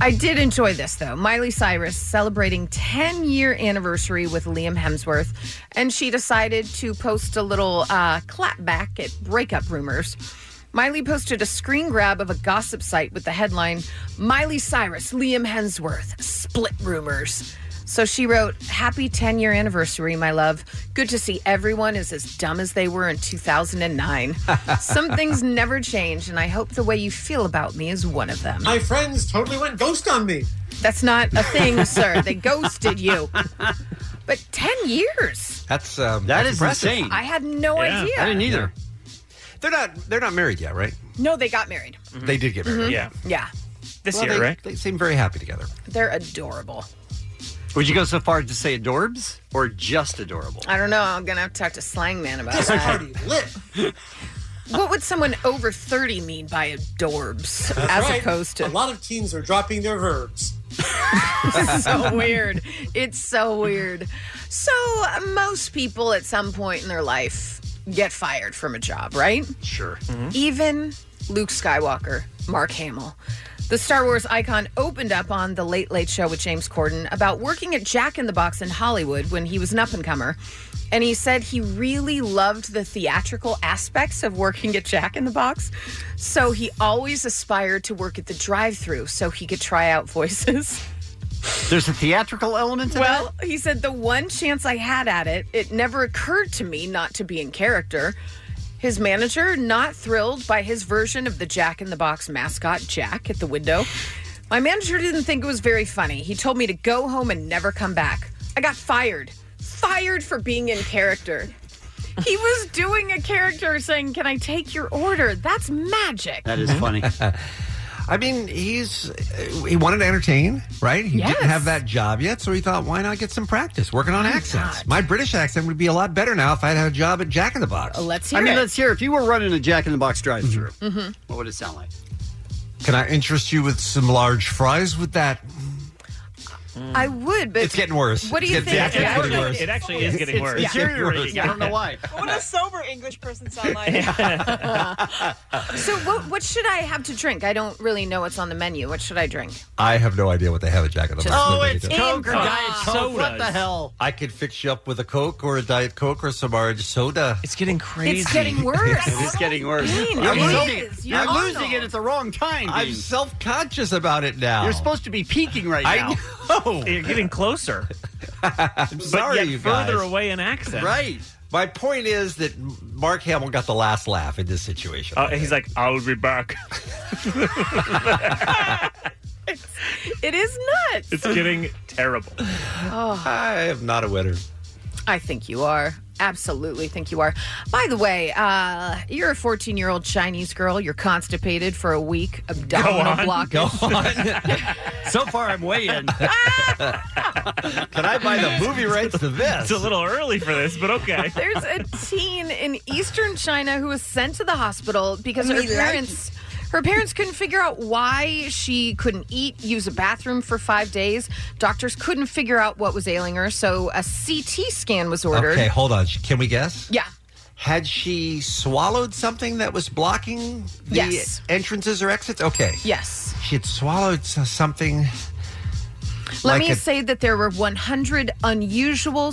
S14: I did enjoy this though. Miley Cyrus celebrating 10 year anniversary with Liam Hemsworth, and she decided to post a little uh, clap back at breakup rumors. Miley posted a screen grab of a gossip site with the headline Miley Cyrus, Liam Hemsworth, split rumors. So she wrote, Happy 10 year anniversary, my love. Good to see everyone is as dumb as they were in 2009. Some things never change, and I hope the way you feel about me is one of them.
S3: My friends totally went ghost on me.
S14: That's not a thing, sir. They ghosted you. But 10 years.
S12: That's um,
S14: That
S12: that's
S14: is
S12: impressive.
S14: insane. I had no Yeah. idea. Oh, I didn't either.
S12: They're not they're not married yet, right?
S14: No, they got married.
S12: They did get married.
S14: Mhm. Yeah.
S12: Well, they, They seem very happy together.
S14: They're adorable.
S11: Would you go so far as to say adorbs or just adorable?
S14: I don't know. I'm going to have to talk to Slang Man about that. What would someone over 30 mean by adorbs as opposed to
S3: a lot of teens are dropping their
S14: <laughs>
S3: verbs.
S14: so weird. It's so weird. So uh, most people at some point in their life get fired from a job, right?
S11: Sure.
S14: Even Luke Skywalker, Mark Hamill. The Star Wars icon opened up on The Late Late Show with James Corden about working at Jack in the Box in Hollywood when he was an up and comer. And he said he really loved the theatrical aspects of working at Jack in the Box. So he always aspired to work at the drive through so he could try out <laughs> voices.
S11: There's a theatrical element to
S14: well, he said the one chance I had at it, it never occurred to me not to be in character. His manager, not thrilled by his version of the Jack in the Box mascot, Jack, at the window. My manager didn't think it was very funny. He told me to go home and never come back. I got fired. Fired for being in character. He was doing a character saying, Can I take your order? That's magic.
S12: Uh,
S11: That is
S14: <laughs>
S11: funny.
S12: I mean, he's uh, he wanted to entertain, right? He
S14: Yes.
S12: didn't have that job yet, so he thought, why not get some practice working on accents? My British accent would be a lot better now if I'd had a job at Jack in the Box.
S14: Let's
S11: I mean, let's hear. If you were running a Jack in the Box drive-through,
S14: Mm-hmm.
S11: what would it sound like?
S12: Can I interest you with some large fries with that?
S14: I would, but
S12: It's getting worse.
S14: What do
S12: It's
S14: you
S12: getting-
S14: think?
S12: it's
S14: Yeah, I
S12: getting
S14: don't know.
S12: worse.
S13: It actually is getting
S12: It's-
S13: worse.
S12: it's getting worse.
S11: I don't know
S14: <laughs>
S11: why.
S9: What does sober English person sound like?
S14: So what what should I have to drink? I don't really know what's on the menu. What should I drink?
S12: I have no idea what they have at Jack in the Box.
S11: oh,
S12: Nobody
S11: it's
S12: does.
S11: Coke or
S14: Improv.
S11: Diet Coke. What the hell?
S12: I could fix you up with a Coke or a Diet Coke or some orange soda.
S13: It's getting crazy.
S14: It's getting worse.
S11: <laughs> It is getting worse.
S14: Dean,
S11: You're
S14: it
S11: losing,
S14: is.
S11: you're
S14: You're on
S11: losing it at the wrong time.
S12: I'm
S11: Dean.
S12: self conscious about it uh, now.
S11: You're supposed to be peaking right
S12: I
S11: now.
S12: know.
S13: You're getting closer.
S12: I'm sorry,
S13: yet
S12: you
S13: further
S12: guys.
S13: away in accent.
S12: Right. My point is that Mark Hamill got the last laugh in this situation.
S13: <laughs> Uh, he's like, I'll be back.
S14: It is nuts.
S13: It's getting terrible.
S14: Oh,
S12: I am not a winner.
S14: I think you are. Absolutely think you are. By the way, uh, you're a 14 year old Chinese girl. You're constipated for a week. Abdominal blockage.
S11: Go on.
S12: <laughs>
S11: so far, I'm way
S14: <laughs>
S11: in.
S12: Can I buy the movie rights to this?
S13: It's a little early for this, but okay.
S14: There's a teen in eastern China who was sent to the hospital because her
S2: Me like
S14: parents her parents couldn't figure out why she couldn't eat, use a bathroom for 5 days. Doctors couldn't figure out what was ailing her, so a CT scan was ordered.
S12: Okay, hold on. Can we guess?
S14: Yeah.
S12: Had she swallowed something that was blocking the
S14: Yes.
S12: entrances or exits? Okay.
S14: Yes.
S12: She had swallowed s- something.
S14: Let
S12: like
S14: me
S12: a-
S14: say that there were 100 unusual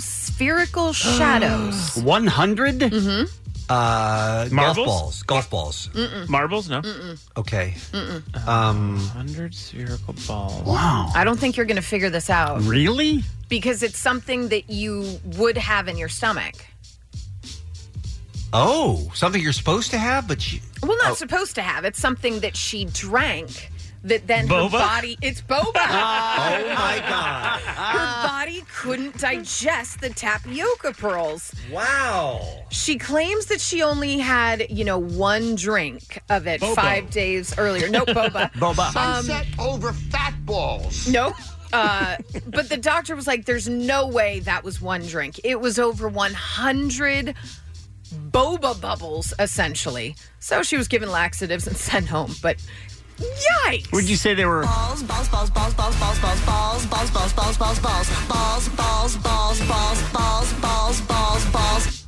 S12: <gasps>
S14: spherical shadows.
S11: 100?
S14: Mm-hmm.
S12: Uh, Golf
S13: Marbles?
S12: balls. Golf balls.
S14: Mm-mm.
S13: Marbles? No.
S11: Mm.
S12: Okay.
S14: Mm-mm.
S12: Um,
S13: 100 spherical balls.
S11: Wow.
S14: I don't think you're going to figure this out.
S11: Really?
S14: Because it's something that you would have in your stomach.
S12: Oh, something you're supposed to have, but she.
S14: Well, not
S12: Oh.
S14: supposed to have. It's something that she drank, that then
S6: Boba?
S14: her body it's boba. oh
S6: my God.
S14: Her body couldn't digest the tapioca pearls.
S12: Wow.
S14: She claims that she only had, you know, one drink of it
S6: Bobo.
S14: 5 days earlier. No boba.
S6: Boba.
S14: Um,
S6: Sunset
S14: over fat balls. No. Uh, but the doctor was like, there's no way that was one drink. It was over 100 boba bubbles, essentially. So she was given laxatives and sent home. But yikes.
S11: Would you say they were?
S15: Balls, balls, balls, balls, balls, balls, balls, balls, balls, balls, balls, balls, balls, balls, balls, balls, balls, balls, balls, balls, balls.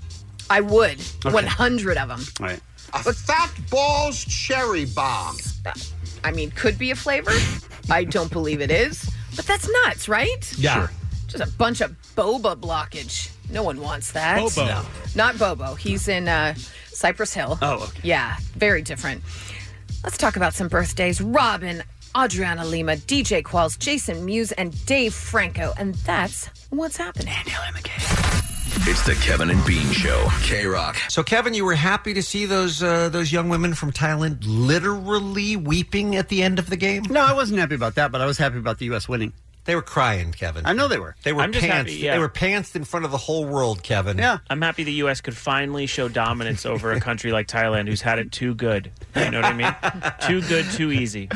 S14: I would. 100 of them.
S11: All right.
S14: A fat balls cherry bomb. I mean, could be a flavor. I don't believe it is. But that's nuts, right?
S6: Yeah. Sure.
S14: Just a bunch of boba blockage. No one wants that.
S6: Bobo. No.
S14: Not Bobo. He's in uh, Cypress Hill.
S6: Oh, okay.
S14: Yeah, very different. Let's talk about some birthdays. Robin, Adriana Lima, DJ Qualls, Jason Mewes, and Dave Franco. And that's what's happening.
S17: It's the Kevin and Bean Show. K Rock.
S12: So, Kevin, you were happy to see those uh, those young women from Thailand literally weeping at the end of the game.
S11: No, I wasn't happy about that, but I was happy about the U.S. winning.
S12: They were crying, Kevin.
S11: I know they were.
S12: They were
S13: I'm
S12: pantsed.
S13: just happy, yeah.
S12: They were pantsed in front of the whole world, Kevin.
S11: Yeah.
S13: I'm happy the U.S. could finally show dominance over a country like Thailand who's had it too good. You know what I mean? too good, too easy.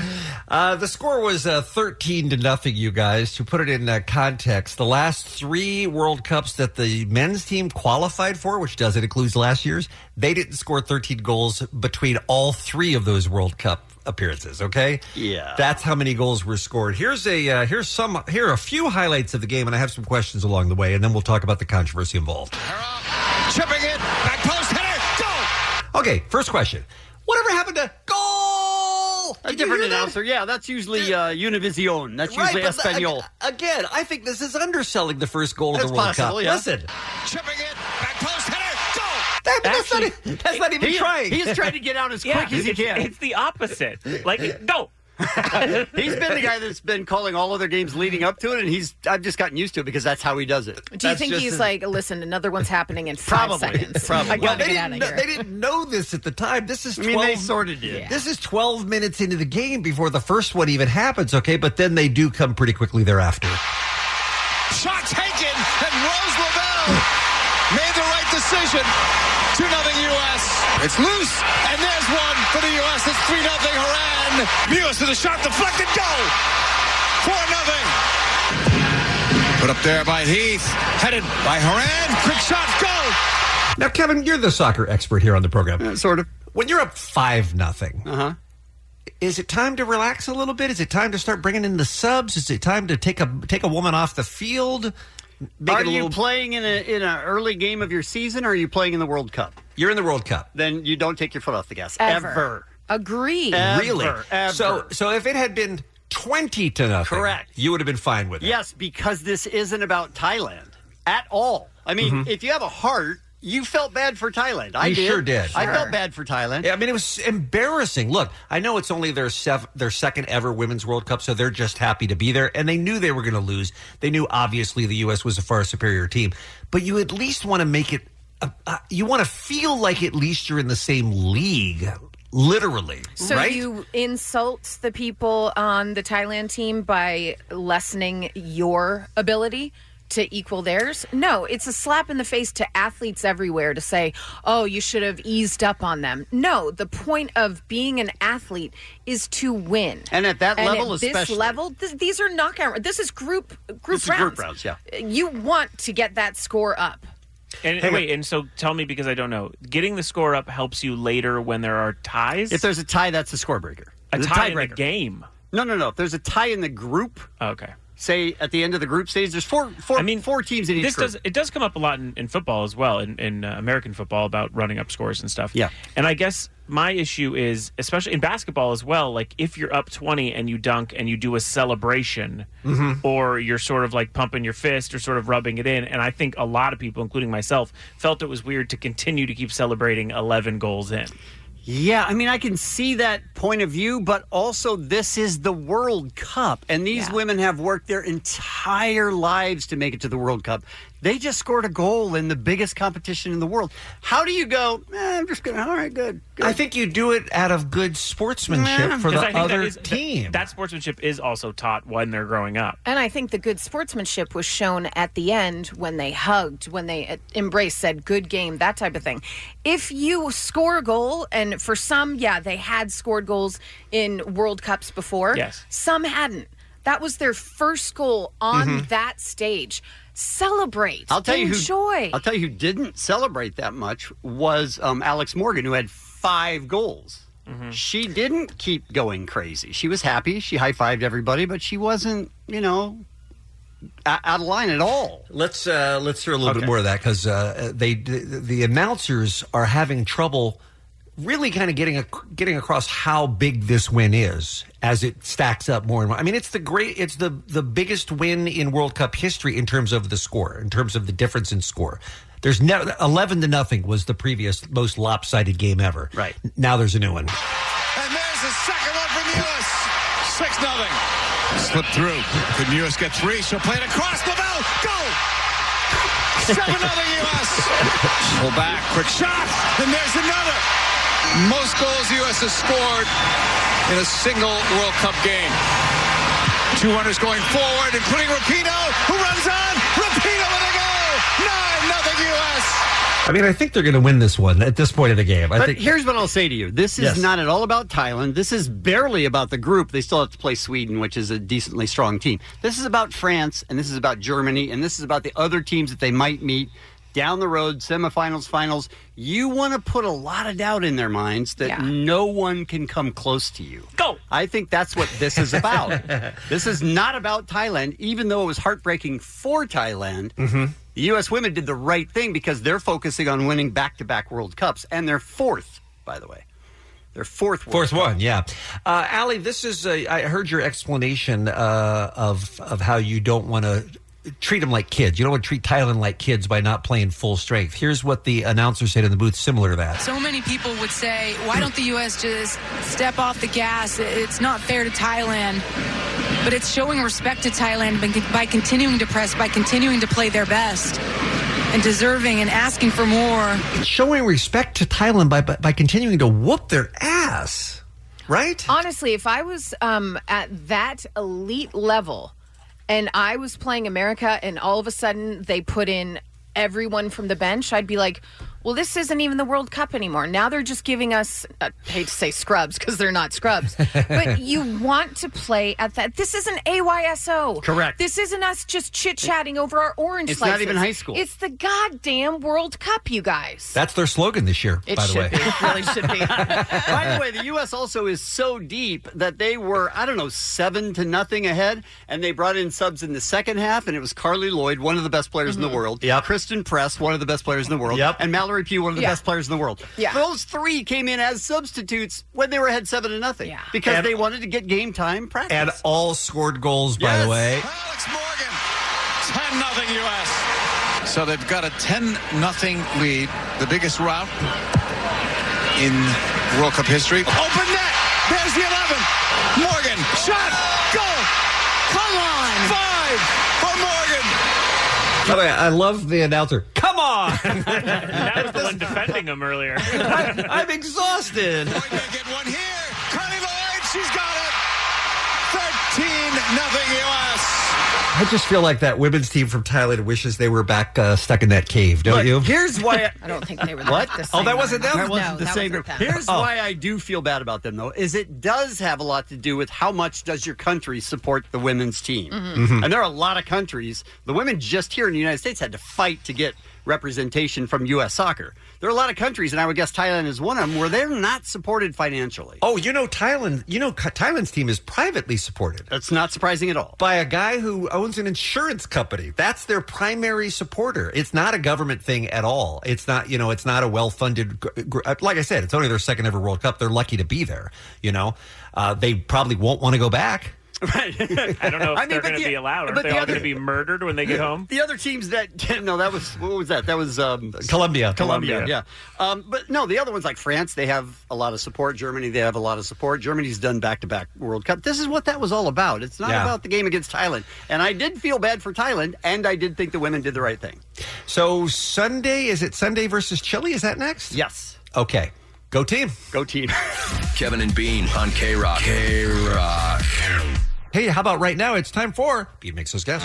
S12: Uh, the score was uh, 13 to nothing, you guys. To put it in uh, context, the last three World Cups that the men's team qualified for, which does it includes last year's, they didn't score 13 goals between all three of those World Cup appearances. Okay,
S11: Yeah.
S12: that's how many goals were scored. Here's a uh, here's some here are a few highlights of the game, and I have some questions along the way, and then we'll talk about the controversy involved.
S6: Chipping it. Back post hitter. Go.
S12: Okay, first question: Whatever happened to goal? Did
S11: A
S12: you
S11: different
S12: hear that?
S11: announcer. Yeah, that's usually uh, Univision. That's
S12: Right,
S11: usually
S12: but the-
S11: Espanol.
S12: ag- Again, I think this is underselling the first goal of
S11: That's
S12: the World
S11: possible,
S12: Cup.
S11: yeah.
S12: Listen,
S6: Chipping it. Back post hitter. Go.
S12: that, that's, not, e- that's not even
S13: He-
S12: trying.
S13: he is trying to
S11: get out <laughs> as
S13: Yeah,
S11: quick as you
S13: it's-
S11: can.
S13: It's the opposite. Like, no.
S11: he's been the guy that's been calling all other games leading up to it, and he's I've just gotten used to it because that's how he does it.
S14: Do you think he's like, listen, another one's
S11: <laughs>
S14: happening in five
S11: Probably.
S14: seconds?
S11: Probably.
S14: I
S11: Well,
S14: gotta
S11: they
S14: get out
S12: didn't
S14: of
S12: know-
S14: here.
S12: they didn't know this at the time. This is
S11: I
S12: 12,
S11: mean, they sorta did. Yeah.
S12: This is 12 minutes into the game before the first one even happens, okay? But then they do come pretty quickly thereafter.
S6: Shot taken, and Rose Lavelle made the right decision. 2 nothing U.S. It's loose, and there's one for the U.S. It's 3 nothing Haran. Mewis with a shot deflected, go! 4 nothing. Put up there by Heath, headed by Haran. Quick shot, go!
S12: Now, Kevin, you're the soccer expert here on the program.
S11: sort of.
S12: When you're up 5 nothing,
S11: uh-huh.
S12: is it time to relax a little bit? Is it time to start bringing in the subs? Is it time to take a take a woman off the field? Make
S11: Are
S12: it a
S11: you
S12: little-
S11: playing in a in an early game of your season, or are you playing in the World Cup?
S12: You're in the World Cup.
S11: Then you don't take your foot off the gas
S14: Ever.
S11: ever.
S14: Agree.
S12: really? So so if it had been 20 to nothing,
S11: Correct.
S12: you would have been fine with it.
S11: Yes, because this isn't about Thailand at all. I mean,
S12: Mhm.
S11: if you have a heart, you felt bad for Thailand. I
S12: you
S11: did.
S12: sure did.
S11: I felt bad for Thailand.
S12: Yeah, I mean, it was embarrassing. Look, I know it's only their sev- their second ever Women's World Cup, so they're just happy to be there, and they knew they were going to lose. They knew obviously the U.S. was a far superior team, but you at least want to make it. A, uh, you want to feel like at least you're in the same league, literally.
S14: So
S12: right?
S14: you insult the people on the Thailand team by lessening your ability to equal theirs? No, it's a slap in the face to athletes everywhere to say, "Oh, you should have eased up on them." No, the point of being an athlete is to win.
S11: And at that
S14: And
S11: level,
S14: at this
S11: especially.
S14: level, th- these are knockout. This is group group
S11: This is
S14: rounds.
S11: group rounds, yeah.
S14: You want to get that score up.
S13: And
S11: Hang on.
S13: wait, and so tell me because I don't know. Getting the score up helps you later when there are ties.
S11: If there's a tie, that's a score breaker.
S13: a
S11: There's
S13: tie in the
S11: breaker.
S13: game, Oh,
S11: No, no, no. If there's a tie in the group,
S13: okay.
S11: Say at the end of the group stage, there's four, four, I mean, four teams in each
S13: this
S11: group.
S13: does it does come up a lot in, in football as well in, in uh, American football about running up scores and stuff.
S11: Yeah.
S13: and I guess my issue is especially in basketball as well. Like if you're up twenty and you dunk and you do a celebration,
S6: Mhm.
S11: Mm-hmm.
S13: or you're sort of like pumping your fist or sort of rubbing it in. And I think a lot of people, including myself, felt it was weird to continue to keep celebrating eleven goals in.
S11: Yeah, I mean, I can see that point of view, but also this is the World Cup, and these women have worked their entire lives to make it to the World Cup. They just scored a goal in the biggest competition in the world. How do you go? "Eh, I'm just going to. All right, good.
S12: I think you do it out of good sportsmanship for the
S13: Because I think
S12: other
S13: that is- that-
S12: team.
S13: That, sportsmanship is also taught when they're growing up.
S14: And I think the good sportsmanship was shown at the end when they hugged, when they uh, embraced, said good game, that type of thing. If you score a goal, and for some, yeah, they had scored goals in World Cups before,
S7: Yes.
S14: some hadn't. That was their first goal on
S11: Mhm.
S14: that stage. Celebrate.
S11: I'll tell you
S14: Enjoy.
S11: who. I'll tell you who didn't celebrate that much was um, Alex Morgan, who had five goals. She didn't keep going crazy. She was happy. She high fived everybody, but she wasn't, you know, o- out of line at all.
S12: Let's uh, let's hear a little bit more of that because uh, they the, the announcers are having trouble really kind of getting a, getting across how big this win is as it stacks up more and more. I mean, it's the great it's the the biggest win in World Cup history in terms of the score, in terms of the difference in score. There's never eleven to nothing was the previous most lopsided game ever. Right now, there's a new one.
S6: And there's the second one from Ewis. 6 nothing. Slip through. Could Ewis get three? She'll play it across. Lavelle, go! 7 nothing U.S. Pull back. Quick shot. And there's another. Most goals U.S. has scored in a single World Cup game. Two runners going forward, including Rapino, who runs on. Rapino with a goal. 9 nothing U.S.
S12: I mean, I think they're going to win this one at this point of the game. I
S11: but
S12: think
S11: here's what I'll say to you: This is
S12: Yes.
S11: not at all about Thailand. This is barely about the group. They still have to play Sweden, which is a decently strong team. This is about France, and this is about Germany, and this is about the other teams that they might meet down the road, semifinals, finals. You want to put a lot of doubt in their minds that no one can come close to you. Go. I think that's what this is about. this is not about Thailand, even though it was heartbreaking for Thailand. The U.S. women did the right thing because they're focusing on winning back to back World Cups, and they're fourth, by the way. They're fourth. World
S12: Fourth
S11: Cup.
S12: one, yeah. Uh, Allie, this is. Uh, I heard your explanation uh, of of how you don't want to treat them like kids. You don't want to treat Thailand like kids by not playing full strength. Here's what the announcer said in the booth, similar to that.
S8: So many people would say, why don't the U.S. just step off the gas? It's not fair to Thailand. But it's showing respect to Thailand by- by continuing to press, by continuing to play their best, and deserving and asking for more.
S12: Showing respect to Thailand by by, by continuing to whoop their ass, right?
S14: Honestly, if I was um, at that elite level and I was playing America and all of a sudden they put in everyone from the bench, I'd be like, well, this isn't even the World Cup anymore. Now they're just giving us, I hate to say scrubs because they're not scrubs,
S12: <laughs>
S14: but you want to play at that. This isn't AYSO.
S11: Correct.
S14: This isn't us just chit chatting over our orange
S12: It's not
S14: slices.
S12: even high school.
S14: It's the goddamn World Cup, you guys.
S12: That's their slogan this year,
S14: It
S12: by the
S14: should
S12: way.
S14: be. It really should be.
S11: <laughs> By the way, the U.S. also is so deep that they were, I don't know, seven to nothing ahead, and they brought in subs in the second half, and it was Carly Lloyd, one of the best players in the world. Yeah. Kristen Press, one of the best players in the world. Yep. And Mallory Pugh, one of the
S13: Yeah.
S11: best players in the world. Yeah. Those three came in as substitutes when they were ahead seven to nothing because
S12: And-
S11: they wanted to get game time practice.
S12: And
S11: <laughs>
S12: all scored goals, by the way.
S6: Alex Morgan, 10 nothing U.S. So they've got a 10 nothing lead, the biggest rout in World Cup history. Open net. There's the 11. Morgan, shot, goal. Come on. Five for Morgan.
S12: By the way, I love the announcer. Come on!
S13: that was the one defending him earlier.
S12: I'm exhausted.
S6: Carly Lloyd, she's got it. 13 nothing U.S.
S12: I just feel like that women's team from Thailand wishes they were back uh, stuck in that cave, don't
S11: Look,
S12: you?
S11: Here's why.
S14: I don't think
S12: <laughs>
S14: they were
S11: What?
S14: the
S11: oh,
S14: same
S11: that wasn't them.
S14: one.
S11: That wasn't
S14: No,
S11: the
S14: that
S11: same
S14: was
S11: group.
S14: their past.
S11: Here's
S14: Oh.
S11: why I do feel bad about them, though, is it does have a lot to do with how much does your country support the women's team,
S14: Mm-hmm.
S13: Mhm. Mhm.
S11: and there are a lot of countries. The women just here in the United States had to fight to get representation from U.S. soccer. There are a lot of countries, and I would guess Thailand is one of them, where they're not supported financially.
S12: Oh, you know Thailand. You know Ka- Thailand's team is privately supported.
S11: That's not surprising at all. <laughs>
S12: By a guy who owns an insurance company. That's their primary supporter. It's not a government thing at all. It's not, you know, it's not a well-funded gr- gr- like I said, it's only their second ever World Cup. They're lucky to be there, you know. Uh, they probably won't want to go back.
S11: Right.
S13: I don't
S12: <laughs>
S13: know if
S11: I mean,
S13: they're
S11: but
S13: going to
S11: the-
S13: be allowed, or if
S11: but
S13: they
S11: the
S13: are
S11: other-
S13: going to be murdered when they get home.
S11: The other teams that <laughs> no, that was what was that? That was um,
S12: Colombia.
S11: Colombia,
S12: Colombia.
S11: yeah. Um, but no, the other ones like France, they have a lot of support. Germany, they have a lot of support. Germany's done back-to-back World Cup. This is what that was all about. It's not
S12: Yeah.
S11: about the game against Thailand. And I did feel bad for Thailand, and I did think the women did the right thing.
S12: So Sunday is it Sunday versus Chile? Is that next?
S11: Yes.
S12: Okay. Go team.
S11: Go team. <laughs>
S17: Kevin and Bean on K Rock. K Rock.
S12: Hey, how about right now? It's time for Beat Makes Those Guess.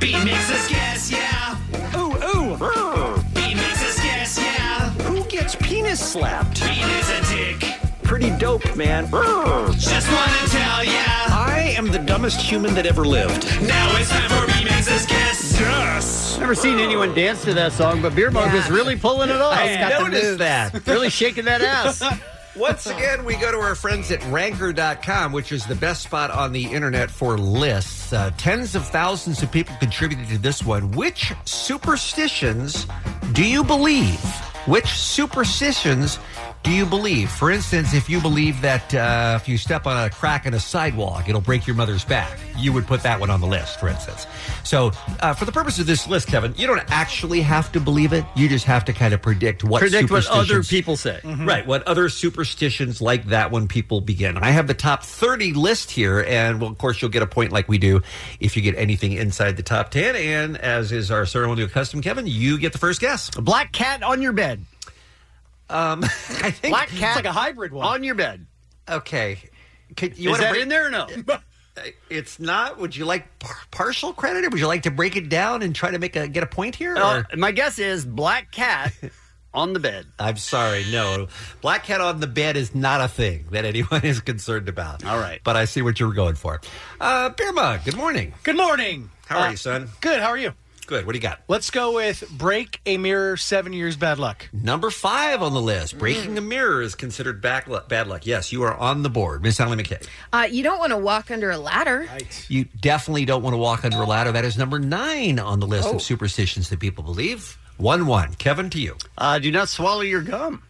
S4: Beat makes us guess, yeah. Ooh, ooh. Beat makes us guess, yeah. Who gets penis slapped? Beat is a dick.
S7: Pretty dope, man.
S4: Just wanna tell ya.
S7: I am the dumbest human that ever lived.
S4: Now it's time for Beat makes us guess. Yes.
S11: Never seen anyone dance to that song, but Beer Mug
S7: Yeah.
S11: was really pulling it off.
S7: I It's got the noticed moves.
S11: <laughs> that. really shaking that ass.
S12: Once again, we go to our friends at ranker.com, which is the best spot on the internet for lists. Uh, tens of thousands of people contributed to this one. Which superstitions do you believe? Which superstitions do you believe? For instance, if you believe that uh, if you step on a crack in a sidewalk, it'll break your mother's back, you would put that one on the list, for instance. So, uh, for the purpose of this list, Kevin, you don't actually have to believe it. You just have to kind of predict what
S11: Predict what other Mm-hmm.
S12: superstitions-
S11: people say.
S12: Right. What other superstitions like that when people begin? I have the top 30 list here. And well, of course, you'll get a point like we do if you get anything inside the top 10. And as is our ceremonial custom, Kevin, you get the first guess. A
S11: black cat on your bed.
S12: Um, <laughs> I think
S11: Black cat. like a hybrid one. On your bed.
S12: Okay. Could, you
S11: Is
S12: wanna
S11: that
S12: break-
S11: in there
S12: <laughs>
S11: or no?
S12: It's not. Would you like par- partial credit or would you like to break it down and try to make a get a point here?
S11: Uh,
S12: or-
S11: my guess is black cat
S12: <laughs>
S11: on the bed.
S12: I'm sorry, no. Black cat on the bed is not a thing that anyone <laughs> is concerned about. All right. But I see what you were going for. <laughs> Uh, Beer Mug, good morning.
S4: Good morning.
S12: How are
S4: Uh,
S12: you, son?
S4: Good. How are you?
S12: Good. What do you got?
S4: Let's go with break a mirror. Seven years bad luck.
S12: Number five on the list. Breaking a mirror is considered back lu- bad luck. Yes, you are on the board. Miss Allie McKay.
S14: Uh, you don't want to walk under a ladder.
S12: You definitely don't want to walk under a ladder. That is number nine on the list
S14: Oh.
S12: of superstitions that people believe. 1 1. Kevin, to you.
S11: Uh, do not swallow your gum.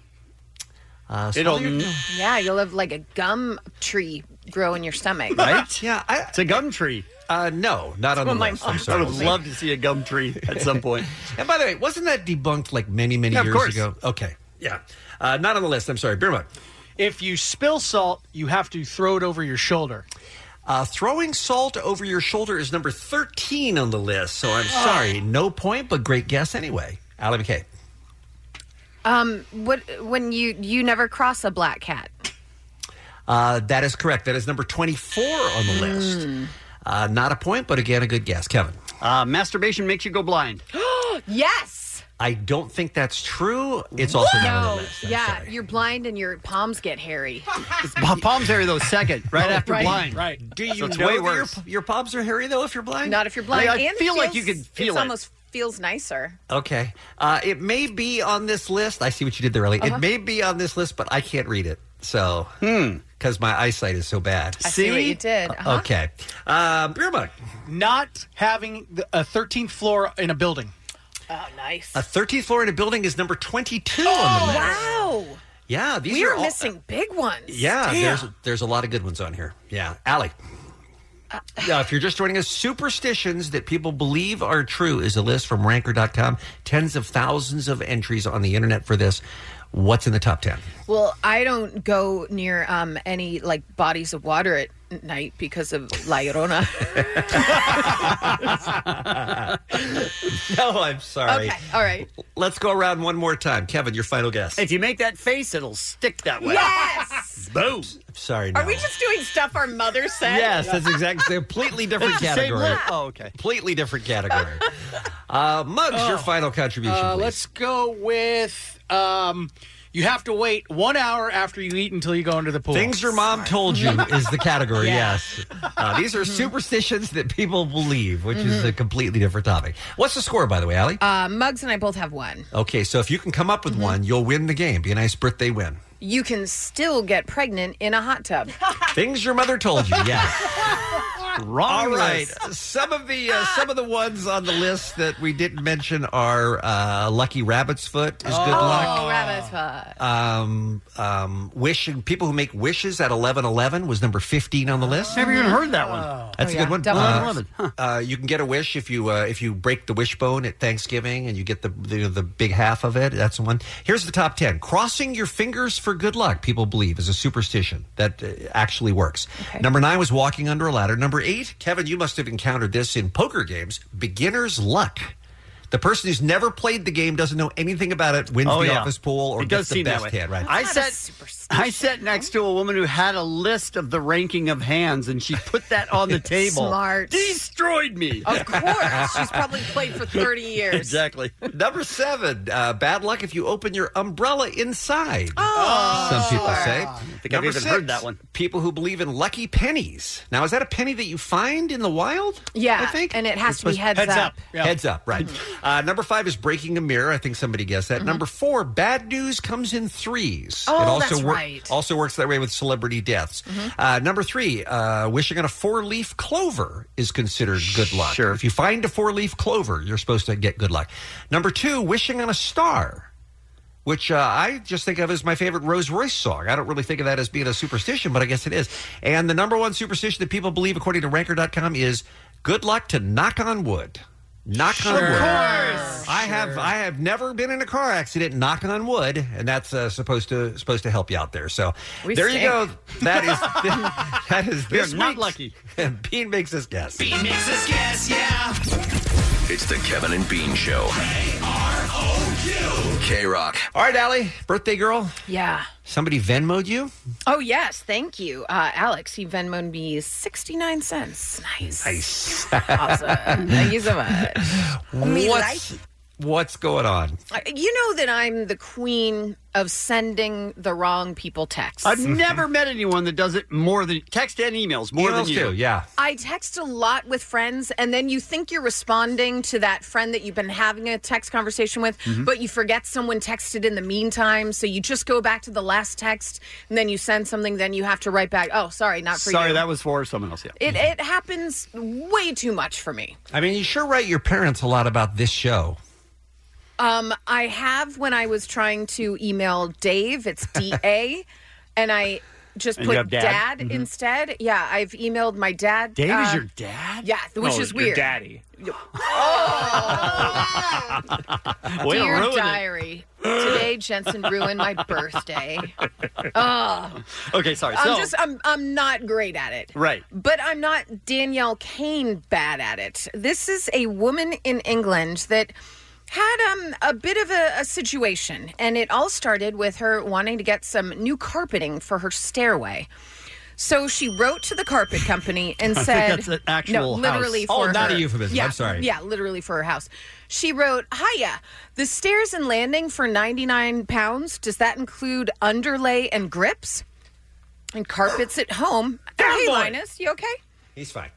S12: Uh,
S11: It'll-
S12: swallow your-
S14: Yeah, you'll have like a gum tree grow in your stomach.
S11: Right?
S12: yeah. it's
S11: a
S12: <laughs>
S11: gum tree.
S12: Uh, no, not on
S14: what
S12: the
S14: my
S12: list.
S14: mom
S12: I'm sorry.
S11: I would love to see a
S12: <laughs>
S11: gum tree at some point.
S12: And by the way, wasn't that debunked like many, many
S4: Yeah, of
S12: years
S4: course.
S12: ago? Okay. Yeah. Uh, not on the list. I'm sorry. Beer mug.
S4: If you spill salt, you have to throw it over your shoulder.
S12: Uh, throwing salt over your shoulder is number 13 on the list. So
S4: <gasps>
S12: I'm sorry. No point, but great guess anyway. Allie McKay.
S14: Um, what when you you never cross a black cat?
S12: Uh, that is correct. That is number 24 on the list. Uh, not a point, but again, a good guess. Kevin.
S11: Uh, masturbation makes you go blind.
S14: yes.
S12: I don't think that's true. It's also not on the
S14: no.
S12: list.
S14: Yeah, you're blind and your palms get hairy.
S11: Palms hairy though second, right after
S14: Right,
S11: blind.
S4: right.
S12: Do
S11: So
S12: you
S11: it's
S12: know
S11: way
S12: that your,
S11: worse.
S12: your palms are hairy, though, if you're blind?
S14: Not if you're blind.
S12: I- I
S14: and
S12: feel like
S14: feels-
S12: you could feel
S14: it's
S12: it.
S14: almost feels nicer.
S12: Okay. Uh, it may be on this list. I see what you did there, Ellie.
S14: Uh-huh.
S12: It may be on this list, but I can't read it. So, because my eyesight is so bad.
S4: I see what you did. Uh-huh.
S12: Okay. Um, beer mug.
S4: Not having the, a 13th floor in a building.
S14: Oh, nice.
S12: A 13th floor in a building is number 22 on the list.
S14: Oh, wow.
S12: Yeah. These
S14: we
S12: are
S14: are
S12: all-
S14: missing big ones.
S12: Yeah,
S14: Damn.
S12: there's there's a lot of good ones on here. Yeah, Allie. Yeah, if you're just joining us, superstitions that people believe are true is a list from ranker.com. Tens of thousands of entries on the internet for this. What's in the top 10?
S14: Well, I don't go near um, any like bodies of water at night because of La Llorona.
S12: <laughs> no, I'm sorry.
S14: Okay, all right.
S12: Let's go around one more time. Kevin, your final guess.
S11: If you make that face, it'll stick that way.
S14: Yes.
S12: Boom. I'm sorry. No.
S14: Are we just doing stuff our mother said?
S12: Yes, that's exactly completely different
S14: It's the <laughs> same
S12: category.
S14: list.
S12: Oh, okay. Completely different category. uh, Muggs, your
S4: Oh.
S12: final contribution,
S4: Uh,
S12: please.
S4: let's go with um, you have to wait one hour after you eat until you go into the pool.
S12: Things your mom told you is the
S14: <laughs>
S12: category. Yes, uh, these are
S14: Mm-hmm.
S12: superstitions that people believe, which is a completely different topic. What's the score, by the way, Allie?
S14: Uh, Muggs and I both have one.
S12: Okay, so if you can come up with one, you'll win the game. Be a nice birthday win.
S14: You can still get pregnant in a hot tub.
S12: Things your mother told you. Yeah. All right.
S4: list.
S12: Some of the uh, some of the ones on the list that we didn't mention are uh, Lucky Rabbit's Foot is good luck.
S14: rabbit's foot.
S12: Um, um, wish people who make wishes at eleven eleven was number fifteen on the list.
S11: Never even heard that one.
S12: That's a
S11: Oh, yeah.
S12: good one.
S11: Double
S12: Uh,
S11: dollars.
S12: uh, you can get a wish if you uh, if you break the wishbone at Thanksgiving and you get the, the the big half of it. That's the one. Here's the top ten: crossing your fingers for good luck. People believe is a superstition that uh, actually works. Number nine was walking under a ladder. Number eight, Kevin, you must have encountered this in poker games: beginner's luck. The person who's never played the game doesn't know anything about it. Wins
S11: Oh,
S12: the
S11: yeah.
S12: office pool or
S11: It
S12: gets
S11: does
S12: the
S11: seem that
S12: best
S11: way.
S12: hand. Right?
S11: I sat, I sat next to a woman who had a list of the ranking of hands, and she put that
S12: <laughs>
S11: on the table.
S14: Smart.
S11: Destroyed me.
S14: Of course. She's probably played for 30
S12: <laughs>
S14: years.
S12: Exactly. Number seven, uh, bad luck if you open your umbrella inside. some people say. Oh, I
S11: think I've even heard that one.
S12: People who believe in lucky pennies. Now, is that a penny that you find in the wild?
S14: Yeah, and it has to be heads, up.
S12: Heads up, right.
S14: Mm-hmm.
S12: Uh, number five is breaking a mirror. I think somebody guessed that. Number four, bad news comes in threes.
S14: Oh,
S12: it also
S14: that's
S12: wor-
S14: right. Mm-hmm.
S12: Also works that way with celebrity deaths. Uh, number three, uh, wishing on a four-leaf clover is considered good luck. Sure. If you find a four-leaf clover, you're supposed to get good luck. Number two, wishing on a star. Which uh, I just think of as my favorite Rose Royce song. I don't really think of that as being a superstition, but I guess it is. And the number one superstition that people believe, according to Ranker.com, is good luck to knock on wood. Knock on wood. I have I have never been in a car accident. Knock on wood, and that's uh, supposed to supposed to help you out there. So
S4: We
S12: there you go.
S4: stink.
S12: That is that is
S4: We are
S12: this
S4: not
S12: week's- Bean makes us guess.
S4: Bean makes us guess, yeah.
S17: It's the Kevin and Bean Show. K Rock.
S12: All right, Allie, birthday girl.
S14: Yeah.
S12: Somebody Venmoed you.
S14: Oh, yes. Thank you. Uh, Alex, he Venmoed me 69 cents. Nice.
S12: Nice.
S14: awesome. Thank
S12: <laughs>
S14: you so much. Me
S12: What's what's going on?
S14: Uh, You know that I'm the queen of sending the wrong people texts.
S11: I've never met anyone that does it more than text and emails more
S12: Emails
S11: than you.
S12: too, yeah.
S14: I text a lot with friends, and then you think you're responding to that friend that you've been having a text conversation with,
S11: Mm-hmm.
S5: Mhm.
S14: but you forget someone texted in the meantime. So you just go back to the last text, and then you send something, then you have to write back, oh, sorry, not for
S11: Sorry,
S14: you.
S11: that was for someone else. Yeah.
S14: It, it happens way too much for me.
S12: I mean, you sure write your parents a lot about this show.
S14: Um, I have when I was trying to email
S11: <laughs>
S14: Dave, it's D A, and I just
S11: And you
S14: put
S11: have
S14: dad,
S11: dad? Mhm.
S14: instead. Yeah, I've emailed my dad.
S11: Dave is
S14: uh,
S11: your dad?
S14: Yeah, th-
S13: Oh,
S14: which
S11: No,
S14: is
S11: your
S14: weird. Oh,
S11: daddy. Way to
S14: Dear
S11: ruin it.
S14: diary, today Jensen ruined my birthday. Oh,
S11: Okay, sorry. So,
S14: I'm just oh, I'm I'm not great at it.
S11: right.
S14: But I'm not Danielle Kane bad at it. This is a woman in England that had um, a bit of a, a situation, and it all started with her wanting to get some new carpeting for her stairway. So she wrote to the carpet
S12: <laughs>
S14: company and
S12: I think
S14: said,
S12: that's an actual
S14: "No, literally
S12: house.
S14: for
S12: Oh, not a
S14: her-
S12: euphemism.
S14: Yeah,
S12: I'm sorry.
S14: Yeah, literally for her house." She wrote, "Hiya, the stairs and landing for ninety nine pounds. Does that include underlay and grips and carpets at home?" hey,
S12: boy.
S14: Linus, you okay?
S12: He's fine.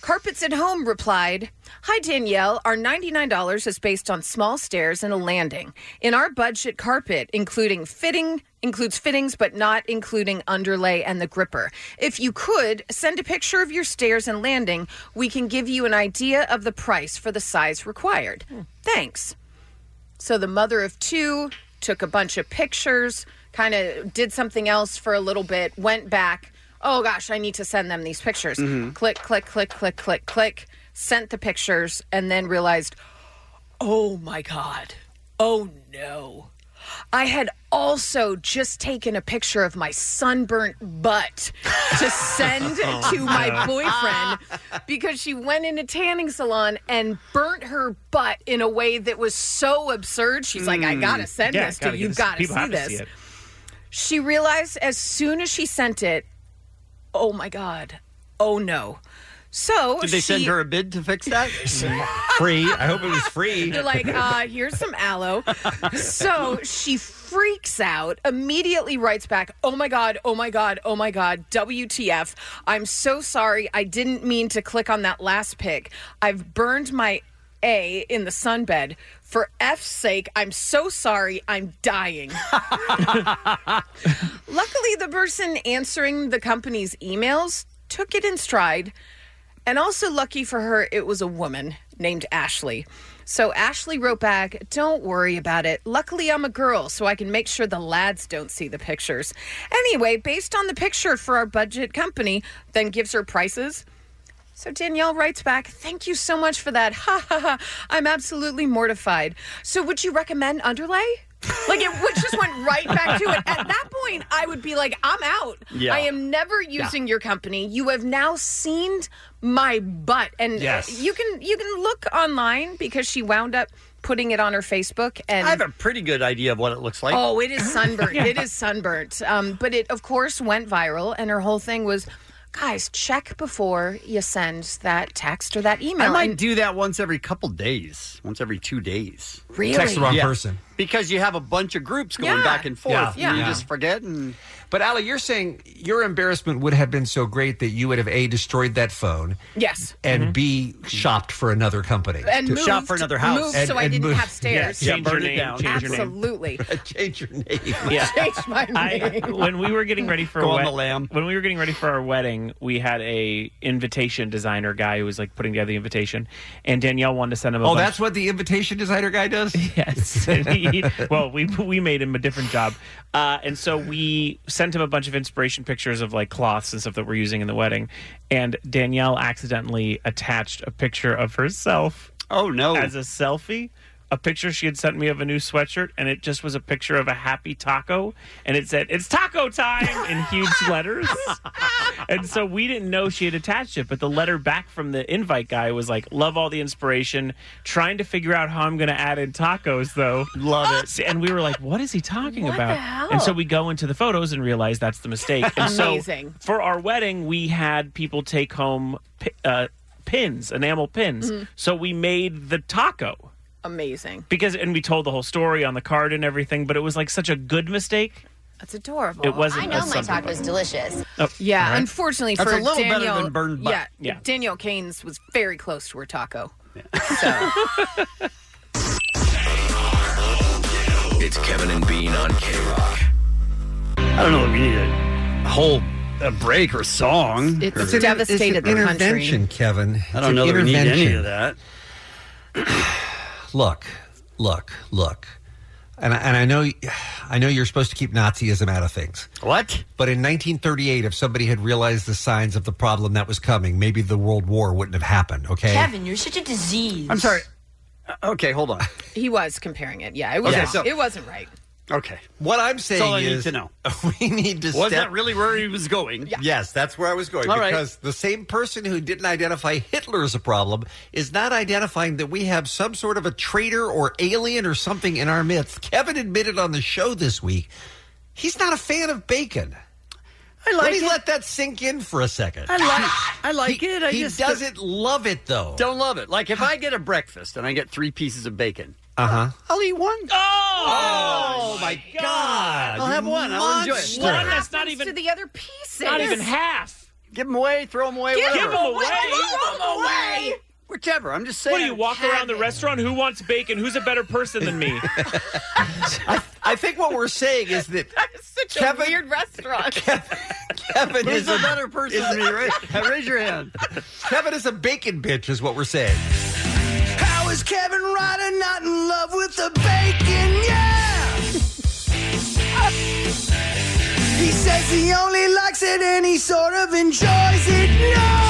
S14: Carpets at Home replied, Hi, Danielle. Our $99 is based on small stairs and a landing. In our budget carpet, including fitting, includes fittings, but not including underlay and the gripper. If you could, send a picture of your stairs and landing. We can give you an idea of the price for the size required.
S12: Hmm.
S14: Thanks. So the mother of two took a bunch of pictures, kind of did something else for a little bit, went back. Oh gosh, I need to send them these pictures.
S5: Mhm.
S14: Click, click, click, click, click, click. Sent the pictures and then realized, oh my God. Oh no. I had also just taken a picture of my sunburnt butt
S13: <laughs>
S14: to send
S5: Oh,
S14: to my
S5: no.
S14: boyfriend because she went in a tanning salon and burnt her butt in a way that was so absurd. She's like, I gotta send
S13: Hmm. Yeah,
S14: this to
S13: gotta
S14: you.
S13: get this-
S14: Gotta
S13: people
S14: see
S13: have to
S14: this.
S13: see it.
S14: She realized as soon as she sent it, oh my God, oh no. So
S11: Did they
S14: she,
S11: send her a bid to fix that?
S12: <laughs> free. I hope it was
S11: <laughs>
S12: free.
S14: They're like, uh, here's some aloe. So she freaks out, immediately writes back, oh my God, oh my God, oh my God, WTF. I'm so sorry. I didn't mean to click on that last pic. I've burned my A in the sunbed. For F's sake, I'm so sorry. I'm dying. Luckily, the person answering the company's emails took it in stride And also, lucky for her, it was a woman named Ashley. So Ashley wrote back, Don't worry about it. Luckily, I'm a girl, so I can make sure the lads don't see the pictures. Anyway, based on the picture for our budget company, then gives her prices. So Danielle writes back, Thank you so much for that. <laughs> Ha ha ha. I'm absolutely mortified. So, would you recommend underlay? like it would just went right back to it. At that point, I would be like, I'm out.
S4: Yeah.
S14: I am never
S4: Yeah.
S14: using your company. You have now seen my butt, and
S4: Yes.
S14: you can you can look online because she wound up putting it on her Facebook. And
S4: I have a pretty good idea of what it looks like.
S14: oh, it is sunburnt. It is sunburnt. Um, but it of course went viral, and her whole thing was, guys, check before you send that text or that email.
S11: I might
S14: And-
S11: do that once every couple days, once every two days.
S14: Really? Text the wrong
S12: person.
S11: Because you have a bunch of groups going
S12: Yeah.
S11: back and forth.
S12: Yeah.
S11: and
S12: Yeah.
S11: You
S12: Yeah.
S11: just forget. And <laughs>
S12: But Ali, you're saying your embarrassment would have been so great that you would have a destroyed that phone
S14: yes.
S12: and b shopped for another company
S14: And
S12: To-
S14: moved- Moved so I didn't have stairs.
S12: Yeah, burn it down.
S14: Absolutely.
S12: <laughs> Change your name.
S13: Yeah.
S14: Change my
S12: <laughs>
S13: I,
S14: name.
S13: when we were getting ready for
S11: Go
S13: a
S11: on
S13: wed-
S11: the lamb.
S13: when we were getting ready for our wedding, we had a invitation designer guy who was like putting together the invitation, and Danielle wanted to send him. A
S12: Oh,
S13: bunch-
S12: that's what the invitation designer guy does.
S13: <laughs>
S12: <laughs>
S13: Yes. And he- well, we we made him a different job, uh, and so we sent him a bunch of inspiration pictures of like cloths and stuff that we're using in the wedding, and Danielle accidentally attached a picture of herself.
S11: Oh no!
S13: As a selfie. A picture she had sent me of a new sweatshirt, and it just was a picture of a happy taco, and it said "It's taco time" in huge letters. and so we didn't know she had attached it, but the letter back from the invite guy was like, "Love all the inspiration. Trying to figure out how I'm going to add in tacos, though. Love it." And we were like, "What is he talking
S14: What the
S13: about?"
S14: hell?
S13: And so we go into the photos and realize that's the
S11: <laughs>
S13: mistake. And so
S14: Amazing.
S13: for our wedding, we had people take home pi- uh, pins, enamel pins.
S11: Mm-hmm.
S14: Mhm.
S13: So we made the taco
S14: Amazing.
S13: because, and we told the whole story on the card and everything. But it was like such a good mistake.
S14: That's adorable.
S13: It wasn't
S14: I
S13: a
S14: know my
S13: something-
S14: taco's
S9: delicious.
S13: Oh,
S14: Yeah,
S13: all right.
S14: unfortunately
S13: That's
S14: for
S13: a little better
S14: Danielle,
S13: than burned butt.
S14: Yeah,
S13: Yeah.
S14: Danielle Keynes was very close to her taco.
S17: It's Kevin and Bean on K Rock.
S11: I don't know if we need a whole a break or song.
S14: It's
S11: or-
S12: It's an- it's an intervention, Kevin.
S11: I don't know that we need any of that.
S12: Look, look, look. And I, and I know, I know you're supposed to keep Nazism out of things.
S11: What?
S12: But in 1938, if somebody had realized the signs of the problem that was coming, maybe the World War wouldn't have happened. Okay.
S14: Kevin, you're such a disease.
S11: I'm sorry. Okay, hold on.
S14: He was comparing it. Yeah, it was.
S12: Okay,
S14: wrong.
S12: so-
S14: it wasn't right.
S11: Okay.
S12: What I'm saying
S11: all I need
S12: is,
S11: to <laughs> know.
S12: we need to.
S11: Was
S12: step-
S11: that really where he was going?
S12: Yes, that's where I was going
S11: All right.
S12: because the same person who didn't identify Hitler as a problem is not identifying that we have some sort of a traitor or alien or something in our midst. Kevin admitted on the show this week he's not a fan of bacon.
S11: I
S12: Let me let that sink in for a second.
S11: I like. I like it. I
S12: he
S11: just
S12: doesn't love it though.
S11: Don't love it. Like if I get a breakfast and I get three pieces of bacon,
S12: Uh huh.
S11: I'll eat one.
S13: Oh,
S11: my
S12: Oh God!
S11: I'll have one. I'll enjoy it.
S12: Monster. One,
S13: that's not even
S14: to the other pieces.
S11: not even
S13: half.
S11: Give them away. Throw them away.
S13: Give
S11: whatever.
S13: 'em away. Give 'em away.
S11: Whichever. I'm just saying.
S13: What do you walk around the restaurant? Who wants bacon? Who's a better person
S11: <laughs>
S13: than me?
S12: I think what we're saying is that
S14: Such
S12: Kevin-
S14: a weird restaurant.
S12: Kevin
S11: Who's
S12: is
S11: a better person
S12: is-
S11: than me?
S12: <laughs>
S11: Right? Raise your hand.
S12: Kevin is a bacon bitch, is what we're saying.
S4: How is Kevin Ryder not in love with the bacon? Yeah! he says he only likes it and he sort of enjoys it. No!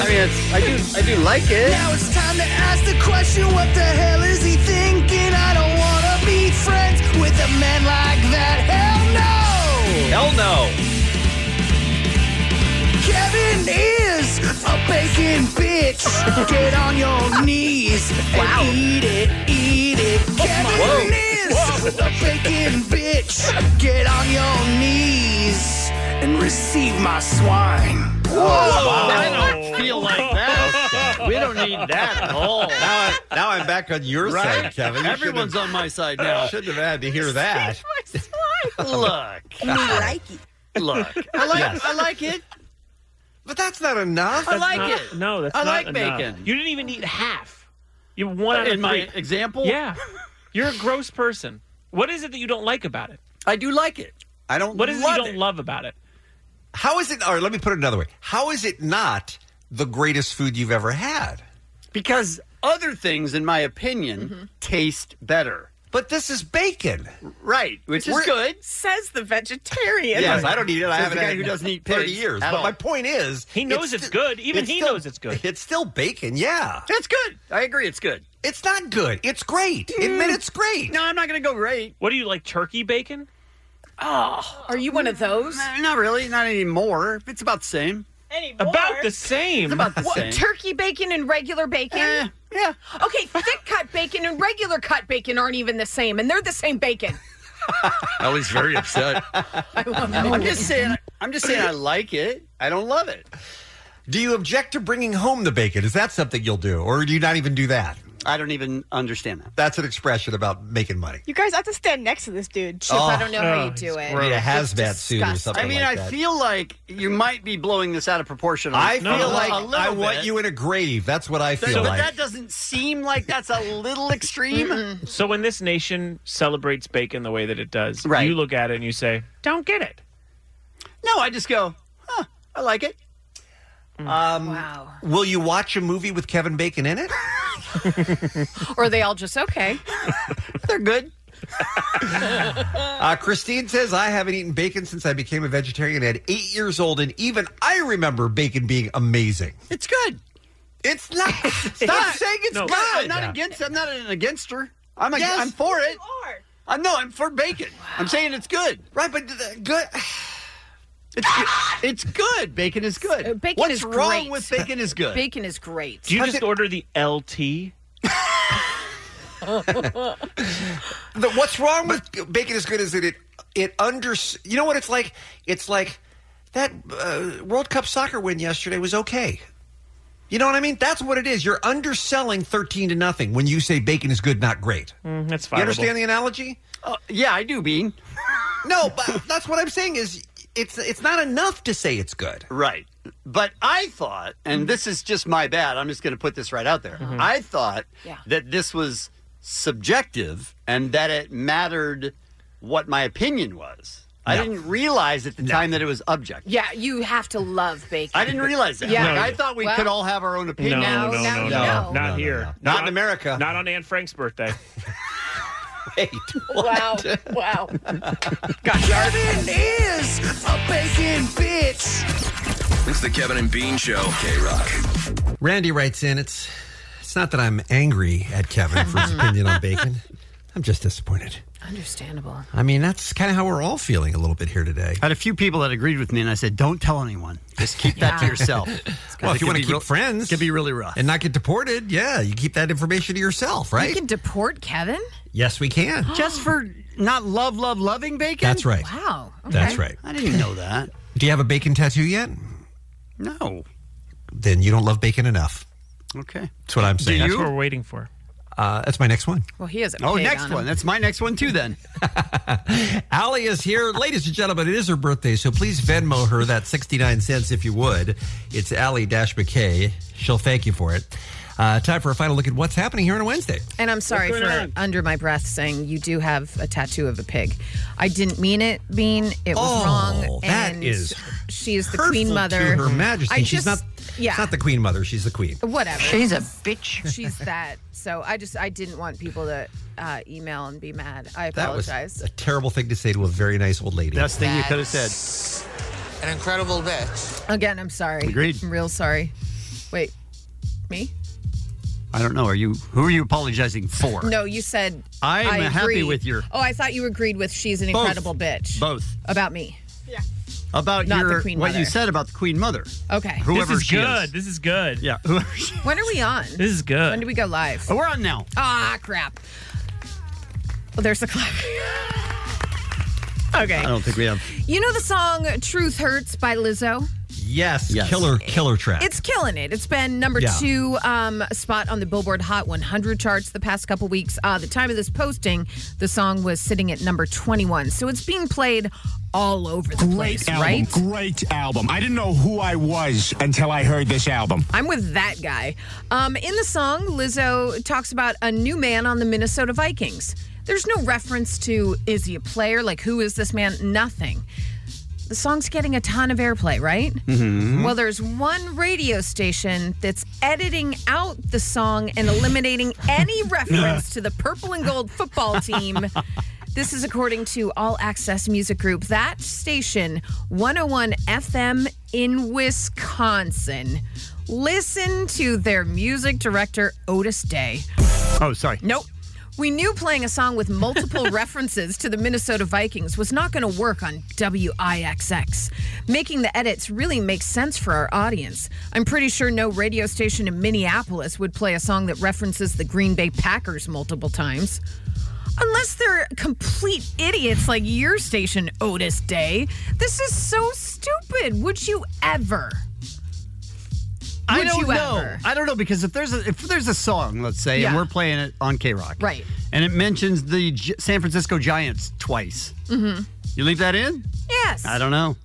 S11: I mean, it's, I do. I do like it.
S4: Now it's time to ask the question what the hell is he thinking? I don't want to be friends with a man like that. Hell no!
S11: Hell no.
S4: Kevin is a bacon bitch. Get on your knees and eat it, eat it. Kevin is a bacon bitch. Get on your knees and receive my swine. Whoa!
S11: I don't feel like that. We don't need that at all.
S12: Now, I, now I'm back on your
S11: Right?
S12: side, Kevin. You
S11: Everyone's on my side
S12: shouldn't-
S11: now.
S12: Shouldn't have had to hear that.
S11: <laughs> Look,
S4: like
S11: it. Look, I like,
S12: Yes.
S11: I like it.
S12: But that's not enough.
S11: I like
S13: not-
S11: it.
S13: No, that's
S11: I
S13: not
S11: like
S13: enough.
S11: bacon. Uh,
S13: You didn't even eat half. You one out of
S11: in my
S13: three.
S11: example,
S13: Yeah, you're a gross person. What is it that you don't like about it?
S11: I do like it. I don't.
S13: What is it you
S11: love
S13: don't love about it?
S12: How is it? All right, let me put it another way. How is it not the greatest food you've ever had?
S11: Because other things, in my opinion, taste better.
S12: But this is bacon.
S11: Right, which is
S5: We're-
S11: good.
S5: Says the vegetarian.
S11: Yes, I don't eat it. I
S5: Says
S11: haven't
S5: the guy
S11: had
S5: who
S11: it
S5: doesn't
S11: in
S5: eat
S11: 30
S5: pigs
S11: years.
S5: at
S11: But
S5: all.
S11: my
S12: point is,
S5: He knows it's good. Even he knows
S12: it's good. It's still bacon. Yeah,
S11: it's good. I agree. It's good.
S12: It's not good. It's great. Admit it's great.
S11: No, I'm not going to go great.
S13: What do you like, turkey bacon?
S11: Oh,
S14: are you one of those?
S11: Not really. Not anymore. It's about the same.
S14: Anymore?
S13: About the same.
S11: It's about the
S14: What,
S11: same.
S14: turkey bacon and regular bacon?
S11: yeah.
S14: Okay, thick cut bacon and regular cut bacon aren't even the same, and they're the same bacon.
S10: Ellie's very upset.
S11: I'm just saying. I'm just saying. I like it. I don't love it.
S12: Do you object to bringing home the bacon? Is that something you'll do, or do you not even do that?
S11: I don't even understand that.
S12: That's an expression about making money.
S5: You guys have to stand next to this dude.
S12: Chip, I don't know how Oh, you do it. gross. Need a hazmat suit or
S5: Disgusting.
S12: something.
S11: I mean,
S12: like
S11: I
S12: that.
S11: feel like you might be blowing this out of proportion.
S12: I
S11: No,
S12: feel
S11: a
S12: like
S11: little
S12: I want
S11: bit.
S12: you in a grave. That's what I
S11: So-
S12: feel
S11: but
S12: like.
S11: that doesn't seem like that's a little extreme.
S13: So when this nation celebrates bacon the way that it does, you look at it and you say, "Don't get it."
S11: no, I just go. Huh, I like it.
S12: Um, wow. Will you watch a movie with Kevin Bacon in
S13: <laughs>
S12: it?
S14: Or are they all just okay?
S11: they're good.
S12: Uh, Christine says, I haven't eaten bacon since I became a vegetarian at eight years old, and even I remember bacon being amazing.
S11: It's good.
S12: It's
S11: <laughs>
S12: not.
S11: Stop saying it's
S12: No.
S11: good. I'm
S12: Yeah.
S11: not against. I'm not an against her. I'm. A,
S12: Yes.
S11: I'm for it. You are. I'm no. I'm for bacon. I'm saying it's good. <sighs>
S12: Right, but the, good.
S11: It's good. it's good. Bacon is good.
S14: Bacon
S11: What's
S14: is
S11: wrong
S14: great.
S11: with bacon is good?
S14: Bacon is great.
S13: Do you just order the LT?
S12: The- what's wrong with bacon is good is that it it under you know what it's like it's like that uh, World Cup soccer win yesterday was okay. You know what I mean? That's what it is. You're underselling thirteen to nothing when you say bacon is good, not great.
S13: Mm, that's fine.
S12: You understand the analogy?
S11: yeah, I do, Bean.
S12: no, but that's what I'm saying is it's it's not enough to say it's good.
S11: Right. But I thought, and this is just my bad. I'm just going to put this right out there. I thought
S14: Mm-hmm. Yeah.
S11: that this was subjective and that it mattered what my opinion was. I
S14: No.
S11: didn't realize at the time that it was objective.
S14: Yeah, you have to love bacon.
S11: I didn't realize that.
S14: Yeah.
S11: Like, I thought we could all have our own
S13: No,
S11: opinion.
S13: no,
S11: <laughs>
S13: no, no,
S11: no.
S13: not here.
S11: Not in America.
S13: Not on Anne
S12: <laughs>
S13: Frank's birthday.
S12: Wait. <laughs>
S14: Wow. Wow.
S4: Kevin is a bacon bitch.
S17: It's the Kevin and Bean Show. K Rock.
S12: Randy writes in, it's it's not that I'm angry at Kevin for his opinion on bacon. I'm just disappointed.
S14: Understandable.
S12: I mean, that's kind of how we're all feeling a little bit here today.
S11: I had a few people that agreed with me, and I said, "Don't tell anyone. Just keep that to
S12: Yeah.
S14: <laughs>
S11: yourself."
S12: Well, if you
S11: It could
S12: want to
S11: be
S12: keep
S11: real-
S12: friends,
S11: could be really rough.
S12: and
S14: <gasps>
S12: not get deported, yeah, you keep that information to yourself, right?
S14: You can deport Kevin?
S12: yes, we can.
S11: Just for not love, love, loving bacon.
S12: That's right.
S14: Wow.
S12: That's right.
S11: I didn't know that.
S12: Do you have a bacon tattoo yet?
S11: No.
S12: Then you don't love bacon enough.
S11: Okay.
S12: That's what I'm saying.
S13: That's what we're waiting for.
S12: Uh, that's my next one.
S14: Well, he is a
S11: Oh,
S14: pig
S11: next
S14: on
S11: one.
S14: him.
S11: That's my next one too. Then
S12: Allie is <laughs> here. Ladies and gentlemen, it is her birthday, so please Venmo her that 69 cents if you would. It's Allie Dash McKay. She'll thank you for it. Uh, time for a final look at what's happening here on a Wednesday.
S14: And I'm sorry
S12: What's
S14: for
S12: going on?
S14: under my breath saying you do have a tattoo of a pig. I didn't mean it, Bean. It was
S12: Oh,
S14: wrong.
S12: that
S14: and
S12: is
S14: she is the
S12: Hurtful
S14: queen mother. Mm-hmm.
S12: to Her Majesty.
S14: I
S12: she's not.
S14: just, Yeah.
S12: She's not the Queen Mother. She's the Queen.
S14: whatever.
S12: She's a
S14: bitch. She's that. So I just I didn't want people to uh, email and be mad. I
S12: That was
S14: apologize.
S12: a terrible thing to say to a very nice old lady.
S11: best thing you could have said.
S14: An incredible bitch. Again, I'm sorry.
S11: Agreed.
S14: I'm real sorry. Wait, me?
S11: I don't know. Are you? Who are you apologizing for?
S14: No, you said
S11: I'm
S14: I
S11: happy
S14: agree.
S11: with your-
S14: Oh, I thought you agreed with she's an
S11: Both.
S14: incredible bitch.
S11: Both
S14: About me.
S11: about
S14: Not the
S11: your
S14: Queen
S11: what
S14: Mother.
S11: you said about the Queen Mother.
S14: Okay.
S11: Whoever
S13: this is
S11: she
S13: good.
S11: is.
S13: This is good.
S11: <laughs> Yeah. Whoever
S14: When are we on?
S13: This is good.
S14: When do we go live?
S11: Oh, we're on now.
S14: Ah, crap. Well, there's the clock. <laughs> okay.
S11: I don't think we have.
S14: You know the song Truth Hurts by Lizzo?
S12: Yes, killer, killer track.
S14: It's killing it. It's been number
S12: Yeah.
S14: two um, spot on the Billboard Hot 100 charts the past couple weeks. Uh, the time of this posting, the song was sitting at number 21. So it's being played all over the place,
S16: Great album.
S14: right?
S16: Great album. I didn't know who I was until I heard this
S17: <laughs>
S16: album.
S14: I'm with that guy. Um, in the song, Lizzo talks about a new man on the Minnesota Vikings. There's no reference to is he a player? Like, who is this man? Nothing. the song's getting a ton of airplay, right?
S4: Mhm.
S14: Well, there's one radio station that's editing out the song and eliminating any reference to the purple and gold football team. This is according to All Access Music Group. That station, 101 FM in Wisconsin. Listen to their music director, Otis Day.
S21: Oh, sorry.
S14: Nope. We knew playing a song with multiple references to the Minnesota Vikings was not going to work on WIXX. Making the edits really makes sense for our audience. I'm pretty sure no radio station in Minneapolis would play a song that references the Green Bay Packers multiple times. Unless they're complete idiots like your station, Otis Day. This is so stupid. Would you ever?
S11: I
S14: Would
S11: don't
S14: you
S11: know.
S14: ever?
S11: I don't know because if there's a, if there's a song, let's say,
S14: Yeah.
S11: and we're playing it on K Rock,
S14: Right.
S11: and it mentions the G- San Francisco Giants twice,
S14: Mm-hmm.
S11: you leave that in?
S14: Yes.
S11: I don't know.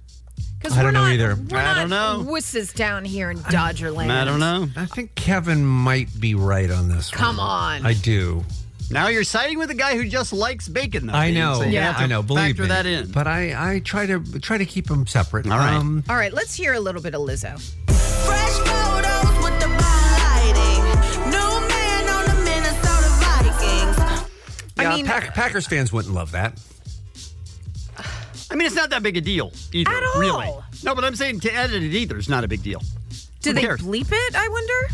S14: 'Cause I we're don't know not- either.
S11: I
S14: We're not
S11: don't know.
S14: Wusses down here in Dodgerland.
S12: I think Kevin might be right on this
S14: Come
S12: one.
S14: on.
S12: I do.
S11: Now you're siding with a guy who just likes bacon, though.
S12: I know.
S11: So you have to
S12: I know. Believe
S11: factor
S12: me.
S11: that in.
S12: But um, I, I try to try to keep them separate. All
S11: right.
S14: All right, let's hear a little bit of Lizzo.
S12: yeah, Pack, Packers fans wouldn't love that.
S11: I mean, it's not that big a deal either.
S14: At all.
S11: Really? No, but I'm saying to edit it either is not a big deal.
S14: Do they bleep it? I wonder.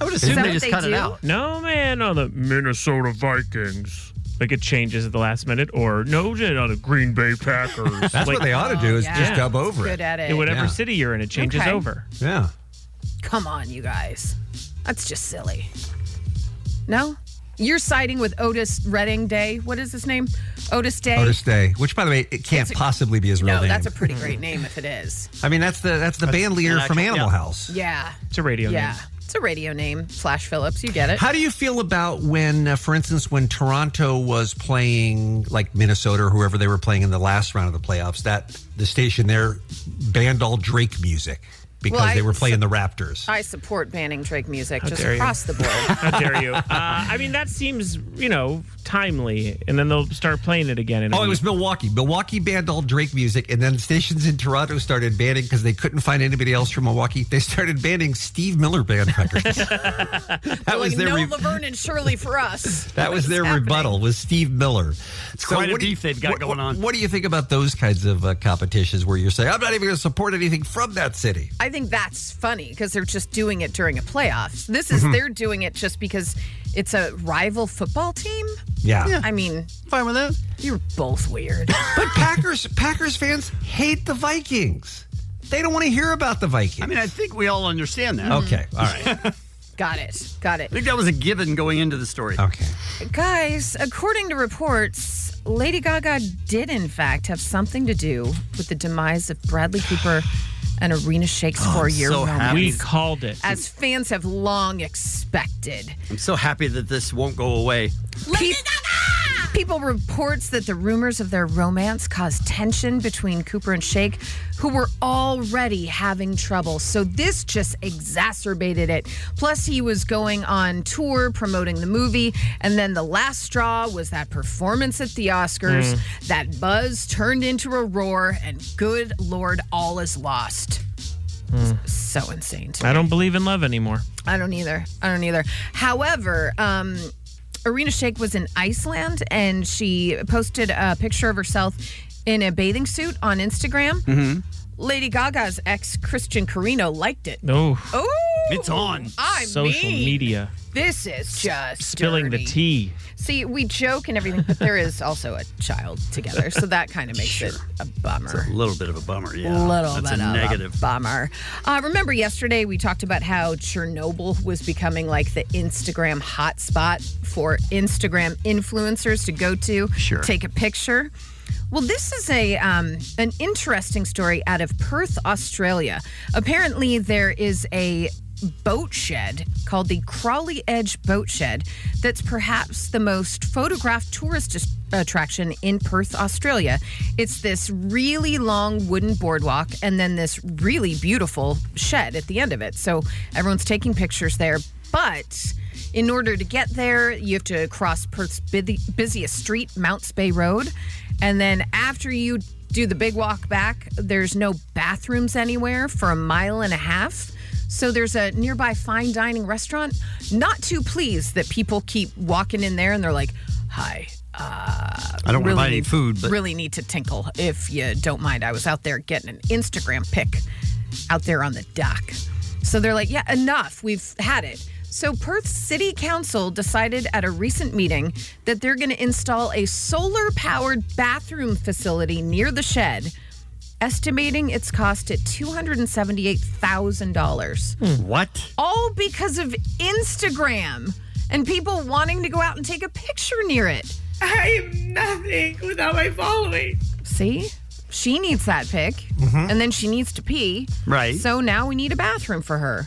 S11: I would
S14: assume Is that they what just they cut it do? out.
S13: No, man, on the Minnesota Vikings. Like it changes at the last minute, or no, did on the Green Bay Packers.
S12: <laughs> That's what
S13: Like-
S12: they ought to do is
S14: Oh,
S12: just
S14: yeah.
S12: dub over
S14: Good
S12: it.
S14: at it.
S13: In whatever
S12: Yeah.
S13: city you're in, it changes
S14: Okay.
S13: over.
S12: Yeah.
S14: Come on, you guys. That's just silly. No? You're siding with Otis Redding Day. What is his name? Otis Day.
S12: Otis Day, which by the way, it can't
S14: That's a-
S12: possibly be his real
S14: no,
S12: name.
S14: that's a pretty great name if it is.
S12: I mean, that's the that's the band leader
S13: an
S12: from
S13: actual-
S12: Animal
S13: yeah.
S12: House.
S14: Yeah.
S13: It's a radio
S14: yeah. It's a radio name. Flash Phillips. You get it.
S12: How do you feel about when, uh, for instance, when Toronto was playing like Minnesota or whoever they were playing in the last round of the playoffs? That the station there banned all Drake music because
S14: Well, I-
S12: they were playing the Raptors.
S14: I support banning Drake music
S12: How
S14: just
S12: dare you.
S14: across
S12: <laughs>
S14: the board.
S13: How dare you? Uh, I mean, that seems you know timely, and then they'll start playing it again. In a
S12: Oh, it
S13: week.
S12: was Milwaukee. Milwaukee banned all Drake music, and then stations in Toronto started banning because they couldn't find anybody else from Milwaukee. They started banning Steve Miller band records. that was
S14: like,
S12: their
S14: no
S12: re-
S14: Laverne and Shirley for us.
S12: that was their rebuttal was Steve Miller. It's
S11: quite a beef they've got going on.
S12: What do you think about those kinds of uh, competitions where you're saying I'm not even going to support anything from that city?
S14: I think that's funny because they're just doing it during a playoffs. This
S11: Mm-hmm.
S14: is
S12: Mhm.
S14: they're doing it just because it's a rival football team.
S12: Yeah. Yeah.
S14: I mean,
S11: fine with that.
S14: You're both weird.
S12: But Packers Packers fans hate the Vikings. They don't want to hear about the Vikings.
S11: I mean, I think we all understand that.
S12: Okay, all right.
S14: Got it. Got
S11: I
S14: it.
S11: think that was a given going into the story.
S12: Okay.
S14: Guys, according to reports, Lady Gaga did in fact have something to do with the demise of Bradley Cooper and Arena Shake's
S11: Oh, I'm
S14: four-year
S11: so
S14: romance.
S11: happy. We called it.
S14: As fans have long expected.
S11: I'm so happy that this won't go away.
S14: Pe- People reports that the rumors of their romance caused tension between Cooper and Shake, who were already having trouble. So this just exacerbated it. Plus, he was going on tour promoting the movie, and then the last straw was that performance at the Oscars.
S4: Mm.
S14: That buzz turned into a roar, and good lord, all is lost. So insane.
S13: I don't believe in love anymore.
S14: I don't either. I don't either. However, um, Arena Shake was in Iceland and she posted a picture of herself in a bathing suit on Instagram.
S11: Mm-hmm.
S14: Lady Gaga's ex Christian Carino liked it.
S13: No.
S14: Oh,
S13: It's on
S14: I
S13: social
S14: mean,
S13: media,
S14: This is just
S13: spilling
S14: dirty.
S13: the tea.
S14: See, we joke and everything, but there is also a child together, so that kind of makes it a bummer.
S11: It's a little bit of a bummer, yeah.
S14: Little
S11: That's
S14: bit
S11: a
S14: of a
S11: negative.
S14: bummer. Uh, remember yesterday we talked about how Chernobyl was becoming like the Instagram hotspot for Instagram influencers to go to,
S4: Sure.
S14: take a picture. Well, this is a um, an interesting story out of Perth, Australia. Apparently, there is a boat shed called the Crawley Edge Boat Shed that's perhaps the most photographed tourist dis- attraction in Perth, Australia. It's this really long wooden boardwalk and then this really beautiful shed at the end of it. So everyone's taking pictures there, but in order to get there, you have to cross Perth's busy- busiest street, Mounts Bay Road. And then after you do the big walk back. There's no bathrooms anywhere for a mile and a half. So there's a nearby fine dining restaurant. Not too pleased that people keep walking in there and they're like, "Hi, uh,
S22: I don't wanna buy any food, but-
S14: really need to tinkle if you don't mind." I was out there getting an Instagram pic out there on the dock. So they're like, yeah, enough. We've had it. So Perth City Council decided at a recent meeting that they're going to install a solar powered bathroom facility near the shed, estimating its cost at $278,000.
S22: What?
S14: All because of Instagram and people wanting to go out and take a picture near it. I am nothing without my following. See? She needs that pic, and then she needs to pee.
S12: Mm-hmm. Right.
S14: So now we need a bathroom for her.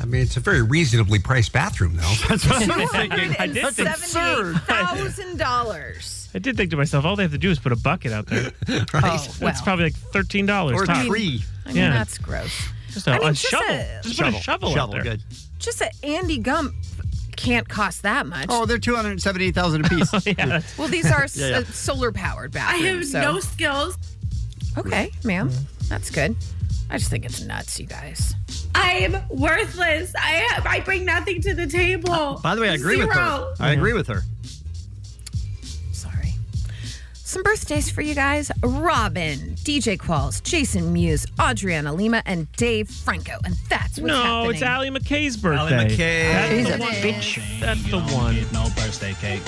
S12: I mean, it's a very reasonably priced bathroom,
S14: <laughs>
S12: though. That's
S13: what I was thinking. I did think
S14: Thousand dollars.
S12: <laughs>
S13: I did think to myself, all they have to do is put a bucket out there. right?
S14: Oh, well.
S13: That's probably like thirteen dollars.
S14: Or tree. I mean, that's gross.
S13: Just a,
S14: I mean,
S13: a
S14: just
S13: shovel.
S14: a-
S13: just put
S11: Shovel.
S13: a shovel,
S11: Shovel,
S13: out there.
S11: good.
S14: Just an Andy Gump can't cost that much.
S11: Oh, they're two hundred seventy eight thousand apiece. yeah.
S14: well, these are
S11: <laughs>
S14: s
S11: Yeah, yeah.
S14: uh, solar powered
S6: I
S14: bathrooms.
S6: have
S14: so-
S6: no skills.
S14: Okay, ma'am,
S11: Mm.
S14: that's good. I just think it's nuts, you guys.
S6: I'm worthless. I have, I bring nothing to the table.
S11: By the way, I agree with her.
S6: Zero.
S11: I agree with her.
S14: Some birthdays for you guys Robin, DJ Qualls, Jason Muse, Adriana Lima, and Dave Franco. And that's what's
S13: no,
S14: happening.
S13: it's Allie McKay's birthday.
S18: McKay.
S13: That's
S18: She's
S13: the
S18: a
S13: one.
S18: bitch.
S13: That's the one.
S18: Get no birthday cake.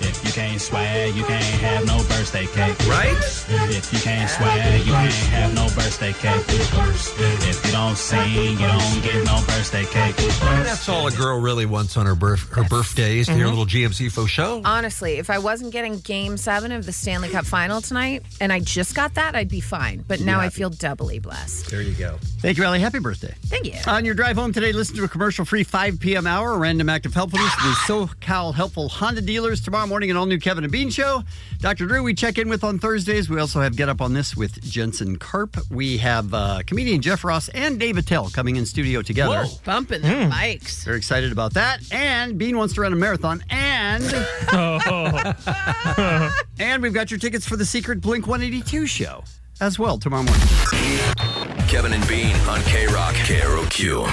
S18: If you can't swag, you can't have no birthday cake.
S12: Right?
S18: If you can't swag, you can't have no birthday cake. If you don't sing, you don't get no birthday cake.
S12: That's all a girl really wants on her birth her birthday is to hear
S11: Mm-hmm.
S12: a little GMC faux show.
S11: Uh,
S14: Honestly, if I wasn't getting game seven of the Stanley Cup final tonight and I just got that, I'd be fine. But now
S11: Yeah.
S14: I feel doubly blessed.
S12: There you go.
S11: Thank you, Ellie. Happy birthday.
S14: Thank you.
S11: On your drive home today, listen to a commercial free 5 p.m. hour, random active helpfulness, the SoCal helpful Honda dealers tomorrow morning, and all new Kevin and Bean show. Dr. Drew, we check in with on Thursdays. We also have Get Up on This with Jensen Karp. We have uh, comedian Jeff Ross and Dave Attell coming in studio together.
S14: Whoa, bumping the
S11: Hmm.
S14: mics.
S11: They're excited about that. And Bean wants to run a marathon. And
S13: Oh.
S14: <laughs>
S11: and we've got your tickets for the Secret Blink 182 show as well tomorrow morning.
S17: Kevin and Bean on K Rock. KROQ.